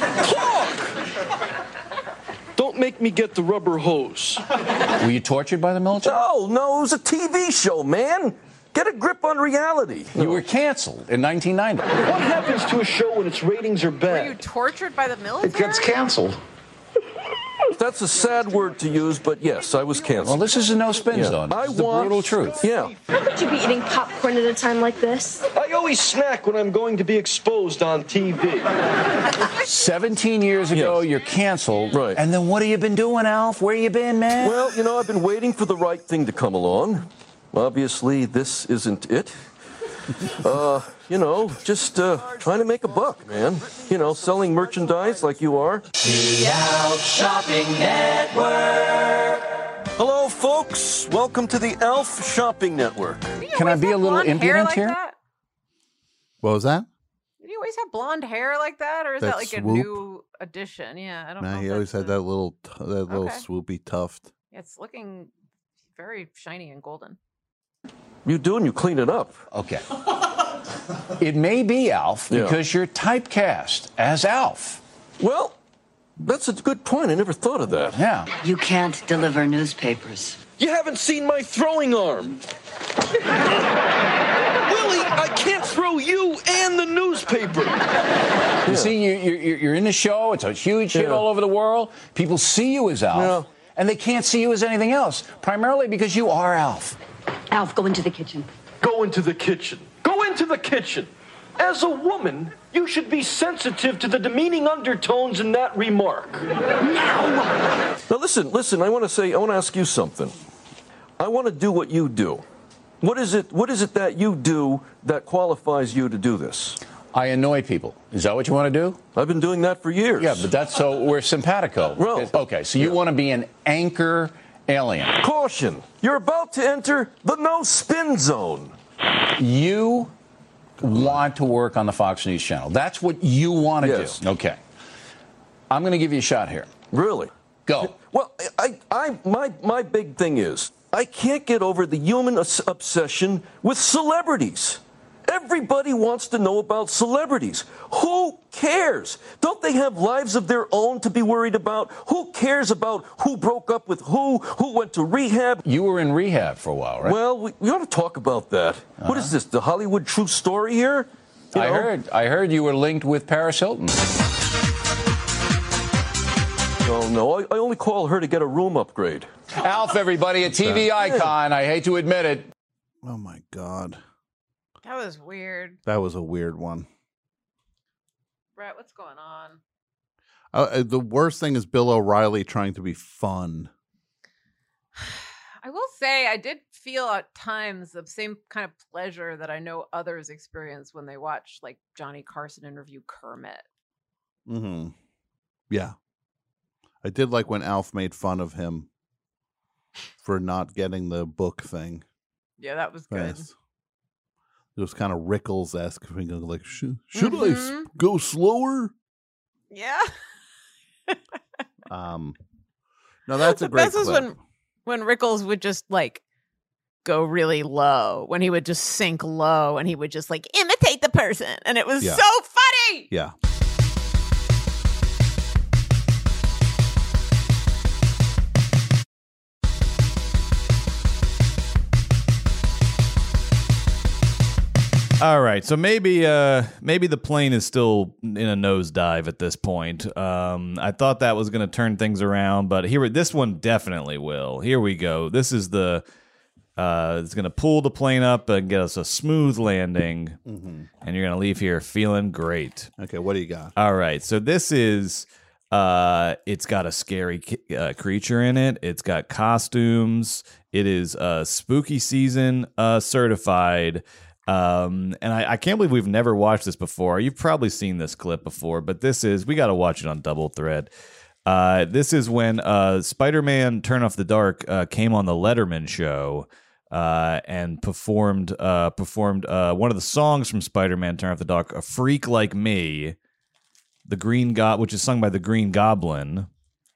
Don't make me get the rubber hose.
Were you tortured by the military?
No, no, it was a TV show, man. Get a grip on reality.
You were canceled in 1990.
What happens to a show when its ratings are
Were you tortured by the military?
canceled. That's a sad word to use, but yes, I was canceled.
Well, this is a no spin
Yeah.
zone.
I
This is the
want-
brutal truth.
Yeah.
How could you be eating popcorn at a time like this?
I always snack when I'm going to be exposed on TV.
17 years ago, you're canceled. Right. And then what have you been doing, Alf? Where you been, man?
Well, you know, I've been waiting for the right thing to come along. Obviously, this isn't it. Uh, you know, just uh, trying to make a buck, man. You know, selling merchandise like you are.
Shopping Network.
Hello, folks. Welcome to the Elf Shopping Network.
Can I be a little
Blonde hair
impudent
like
here?
that?
What was that?
Did he always have blonde hair like that, or is that,
That
like
swoop?
a new addition? Yeah, I don't
Nah,
know.
he
if
always had that little, t- that little
Okay.
swoopy tuft.
that- It's looking very shiny and golden.
You do and you clean it up.
Okay. It may be Alf
Yeah.
because you're typecast as Alf.
Well, that's a good point. I never thought of that.
Yeah.
You can't deliver newspapers.
You haven't seen my throwing arm. Willie, I can't throw you and the newspaper.
You see, you, you, you- you're in the show. It's a huge hit
Yeah.
all over the world. People see you as Alf,
Yeah.
and they can't see you as anything else, primarily because you are Alf.
Alf, go into the kitchen.
Go into the kitchen. Go into the kitchen. As a woman, you should be sensitive to the demeaning undertones in that remark. Now! Now, listen, listen, I want to say, I want to ask you something. I want to do what you do. What is it, what is it that you do that qualifies you to do this?
I annoy people. Is that what you want to do?
I've been doing that for years.
Yeah, but that's so we're simpatico. Okay, so you want to be an anchor alien.
Caution! You're about to enter the no spin zone.
You want to work on the Fox News channel. That's what you want to
Yes.
do. Okay. I'm going to give you a shot here.
Really?
Go.
Well, I, I, my, my big thing is I can't get over the human obs- obsession with celebrities. Everybody wants to know about celebrities. Who cares? Don't they have lives of their own to be worried about? Who cares about who broke up with who, who went to rehab?
You were in rehab for a while, right? Uh-huh.
Well, we, we ought to talk about that. What is this, the Hollywood true story here? You
I
know?
heard. I heard you were linked with Paris Hilton.
No, Oh, no, I, I only call her to get a room upgrade.
Alf, everybody, a TV icon. I hate to admit it.
Oh my god,
That was weird,
that was a weird one.
Brett. What's going on?
Uh, uh, the worst thing is Bill O'Reilly trying to be fun.
I will say I did feel at times the same kind of pleasure that I know others experience when they watch like Johnny Carson interview Kermit.
hmm
Mm-hmm.
Yeah. I did like when Alf made fun of him for not getting the book thing.
Yeah, that was good.
fast. It was kind of Rickles esque, like, should, should I
Mm-hmm.
s- go slower?
Yeah.
Um, no, that's a
the
great
best was
clip.
when when Rickles would just like go really low, when he would just sink low, and he would just like imitate the person, and it was
Yeah.
so funny.
Yeah.
All right, so maybe uh, maybe the plane is still in a nosedive at this point. Um, I thought that was going to turn things around, but here this one definitely will. Here we go. This is the uh, it's going to pull the plane up and get us a smooth landing, and you're going to leave here feeling great.
Mm-hmm. Okay, what do you got?
All right, so this is uh, it's got a scary ki- uh, creature in it. It's got costumes. It is uh, spooky season uh, certified. Um, and I, I can't believe we've never watched this before. You've probably seen this clip before, but this is we got to watch it on Double Thread. Uh, this is when uh, Spider-Man: Turn Off the Dark uh, came on the Letterman show uh, and performed uh, performed uh, one of the songs from Spider-Man: Turn Off the Dark, "A Freak Like Me," the Green God, which is sung by the Green Goblin.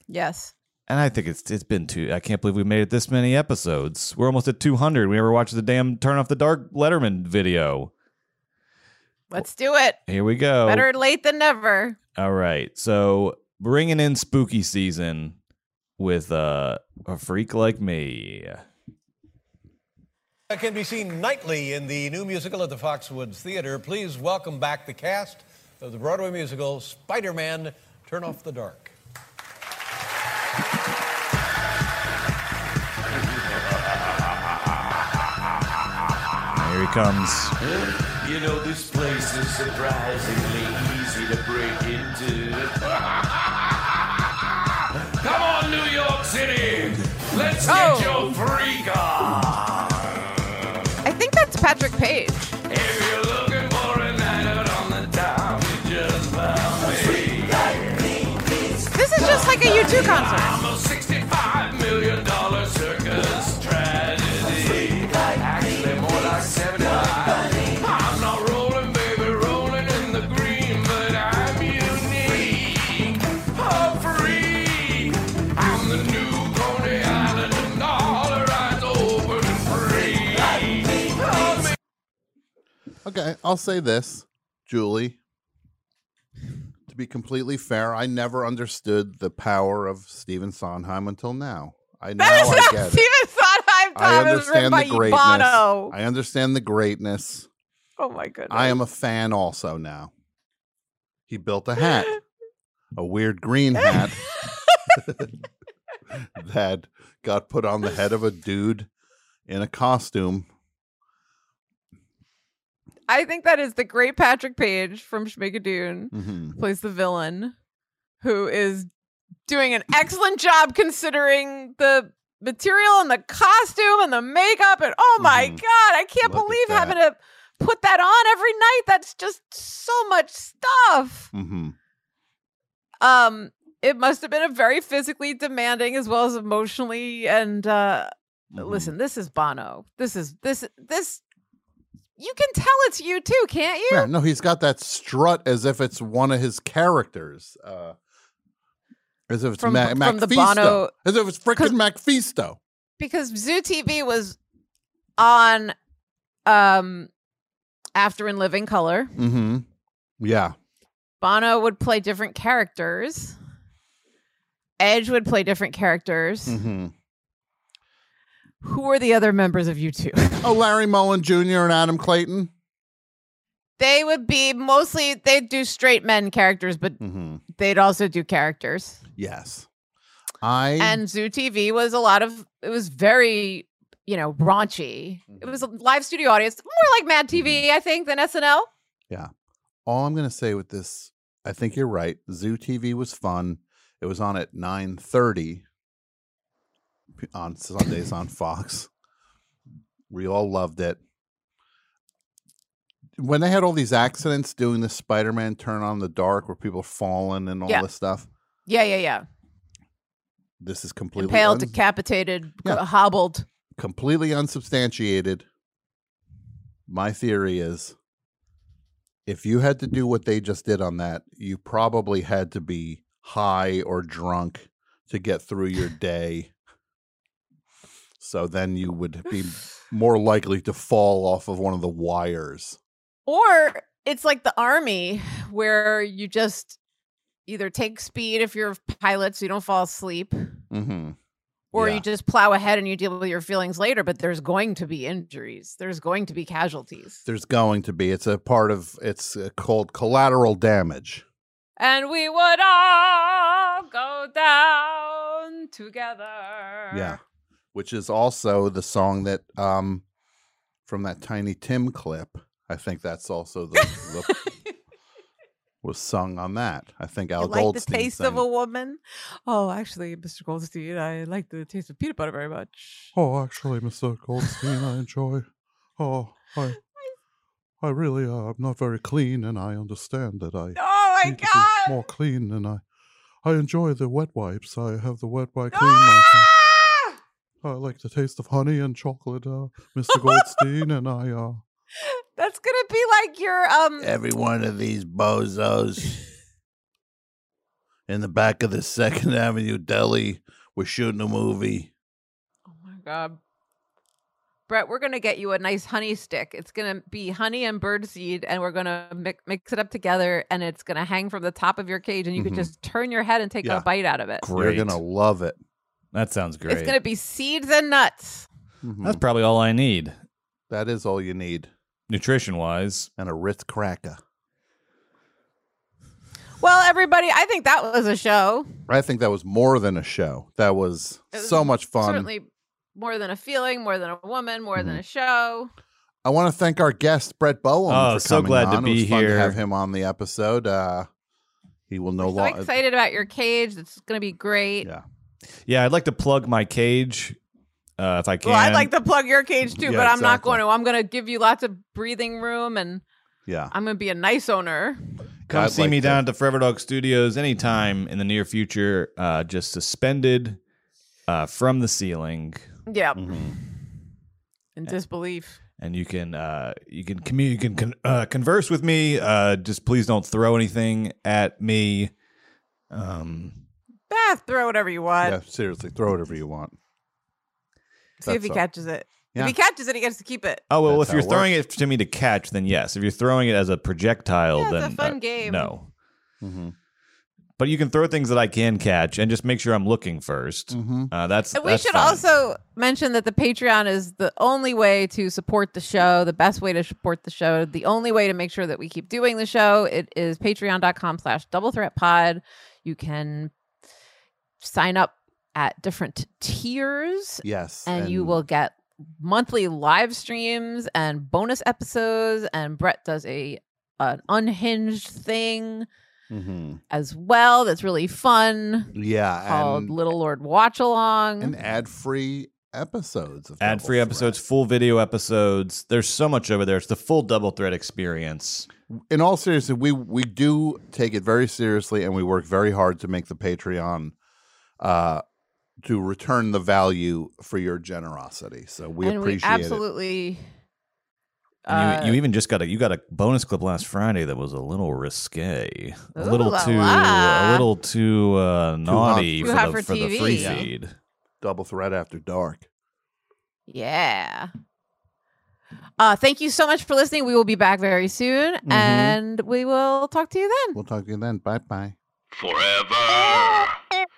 Yes.
And I think it's it's been two. I can't believe we made it this many episodes. We're almost at two hundred. We never watched the damn Turn Off the Dark Letterman video.
Let's do it.
Here we go.
Better late than never.
All right. So bringing in spooky season with uh, a freak like me.
That can be seen nightly in the new musical at the Foxwoods Theater. Please welcome back the cast of the Broadway musical Spider Man Turn Off the Dark.
Here he comes.
You know, this place is surprisingly easy to break into. Come on, New York City! Let's get
Oh.
your freak on!
I think that's Patrick Page.
If you're looking for a night out on the town, you just found me.
This is just like a U2 concert.
I'm a $65 million circus tragedy. Actually, more like 75. I'm not rolling, baby, rolling in the green, but I'm unique. A freak. I'm the new Coney Island, and all her eyes open free. I'm
Okay, I'll say this, Julie. To be completely fair, I never understood the power of Stephen Sondheim until now. I now
That is
I
not
get
Stephen
it.
Sondheim.
I
Time is written
understand
by
the greatness.
Bono.
I understand the greatness.
Oh my goodness.
I am a fan also now. He built a hat, a weird green hat that got put on the head of a dude in a costume.
I think that is the great Patrick Page from Schmigadoon,
Mhm.
plays the villain, who is doing an excellent job considering the material and the costume and the makeup. And oh my God, I can't
Mm-hmm. Look at
believe
that.
having to put that on every night. That's just so much stuff.
hmm
Um, it must have been a very physically demanding as well as emotionally and uh listen, this is Bono. This is this this you can tell it's you too, can't you?
Yeah, no, he's got that strut as if it's one of his characters. Uh, as if it's
From-
Mac,
from the
Macfisto.
Bono-
As if it's frickin' Macfisto.
because Zoo TV was on um after in living color.
Mm-hmm. Yeah.
Bono would play different characters. Edge would play different characters.
Mm-hmm.
Who were the other members of U2?
Oh, Larry Mullen Jr. and Adam Clayton.
they would be mostly they'd do straight men characters, but
Mm-hmm.
they'd also do characters.
Yes. I
and Zoo TV was a lot of it was very you know raunchy. It was a
Mm-hmm.
live studio audience, more like Mad TV, I think, than SNL.
Yeah. All I'm going to say with this I think you're right. Zoo TV was fun. It was on at 9:30 on Sundays on Fox. We all loved it. When they had all these accidents doing the Spider-Man turn on the dark where people are falling and all
Yeah.
this stuff,
Yeah, yeah, yeah.
this is completely
Impaled,
un-
decapitated,
Yeah.
g- hobbled.
completely unsubstantiated. My theory is if you had to do what they just did on that, you probably had to be high or drunk to get through your day. So then you would be more likely to fall off of one of the wires.
Or it's like the army where you just either take speed if you're a pilot so you don't fall asleep,
Mm-hmm.
or you just plow ahead and you deal with your feelings later, but there's going to be injuries, there's going to be casualties.
There's going to be. It's a part of. It's uh, called collateral damage.
And we would all go down together.
Yeah. Which is also the song that um from that Tiny Tim clip. I think that's also the, the- was sung on that. I think Al
I like the
Goldstein.
taste
sang
of a woman. Oh, actually, Mr. Goldstein, I like the taste of peanut butter very much.
Oh, actually, Mr. Goldstein, I enjoy. Oh, I, I really, uh, I'm not very clean, and I understand that I.
Oh my
need to be More clean, and I, I enjoy the wet wipes. I have the wet wipe clean myself. I like the taste of honey and chocolate, uh, Mr. Goldstein, and I. Uh,
That's gonna be like your um.
Every one of these bozos in the back of the Second Avenue deli was shooting a movie.
Oh my god, Brett, we're gonna get you a nice honey stick. It's gonna be honey and birdseed, and we're gonna mix, mix it up together, and it's gonna hang from the top of your cage, and you
Mhm.
can just turn your head and take
Yeah.
a bite out of it.
You're gonna love it.
That sounds great.
It's gonna be seeds and nuts.
That's probably all I need.
Mm-hmm. That is all you need.
Nutrition wise.
And a Ritz cracker.
Well, everybody, I think that was a show.
I think that was more than a show. That was,
It was
so much fun.
Certainly more than a feeling, more than a woman, more than
Mhm.
a show.
I want to thank our guest Brett Bowen
Oh,
for
so
coming
glad to
on. it
be
was fun to
here.
have him on the episode. Uh, he will no
So
longer.
excited about your cage. It's gonna be great.
Yeah.
Yeah, I'd like to plug my cage uh, if I can.
Well, I'd like to plug your cage too,
Yeah,
but I'm not
exactly.
going to. I'm going to give you lots of breathing room and
yeah.
I'm going to be a nice owner.
Come
I'd
see
like
me
to-
down at the Forever Dog Studios anytime in the near future. Uh, just suspended uh, from the ceiling,
Yeah.
Mm-hmm.
In disbelief.
and you can uh, you can commu- you can con- uh, converse with me. Uh, just please don't throw anything at me. Um,
Bah, throw whatever you want.
Yeah, seriously, throw whatever you want.
See if
That's
he
all.
catches it.
Yeah.
If he catches it, he gets to keep it.
oh well,
That's
if
how
you're
it
throwing it to me to catch, then yes. If you're throwing it as a projectile,
Yeah, it's
then
a fun
uh,
game.
No,
Mm-hmm.
but you can throw things that I can catch, and just make sure I'm looking 1st
Mm-hmm.
Uh, that's
And we
that's
should
fun.
also mention that the Patreon is the only way to support the show, the best way to support the show, the only way to make sure that we keep doing the show. It is patreon.com slash double threat pod. You can sign up at different tiers.
Yes,
And, you
and-
will get monthly live streams and bonus episodes. And Brett does a an unhinged thing
Mm-hmm.
as well that's really fun
Yeah,
called
and-
Little Lord Watch Along.
And ad free episodes. Of
ad free episodes, full video episodes. There's so much over there. It's the full double threat experience.
in all seriousness, we we do take it very seriously, and we work very hard to make the Patreon uh, to return the value for your generosity. So we
and
appreciate
we
it.
absolutely Uh,
And you, you even just got a you got a bonus clip last Friday that was a little risque, a
Ooh
little
la
too a
la.
little too uh, naughty
Too
for,
hot
the,
for
for the
TV.
free
Yeah.
feed.
Double threat after dark.
yeah uh thank you so much for listening we will be back very soon
Mhm.
and we will talk to you then
We'll talk to you then. Bye bye.
Forever.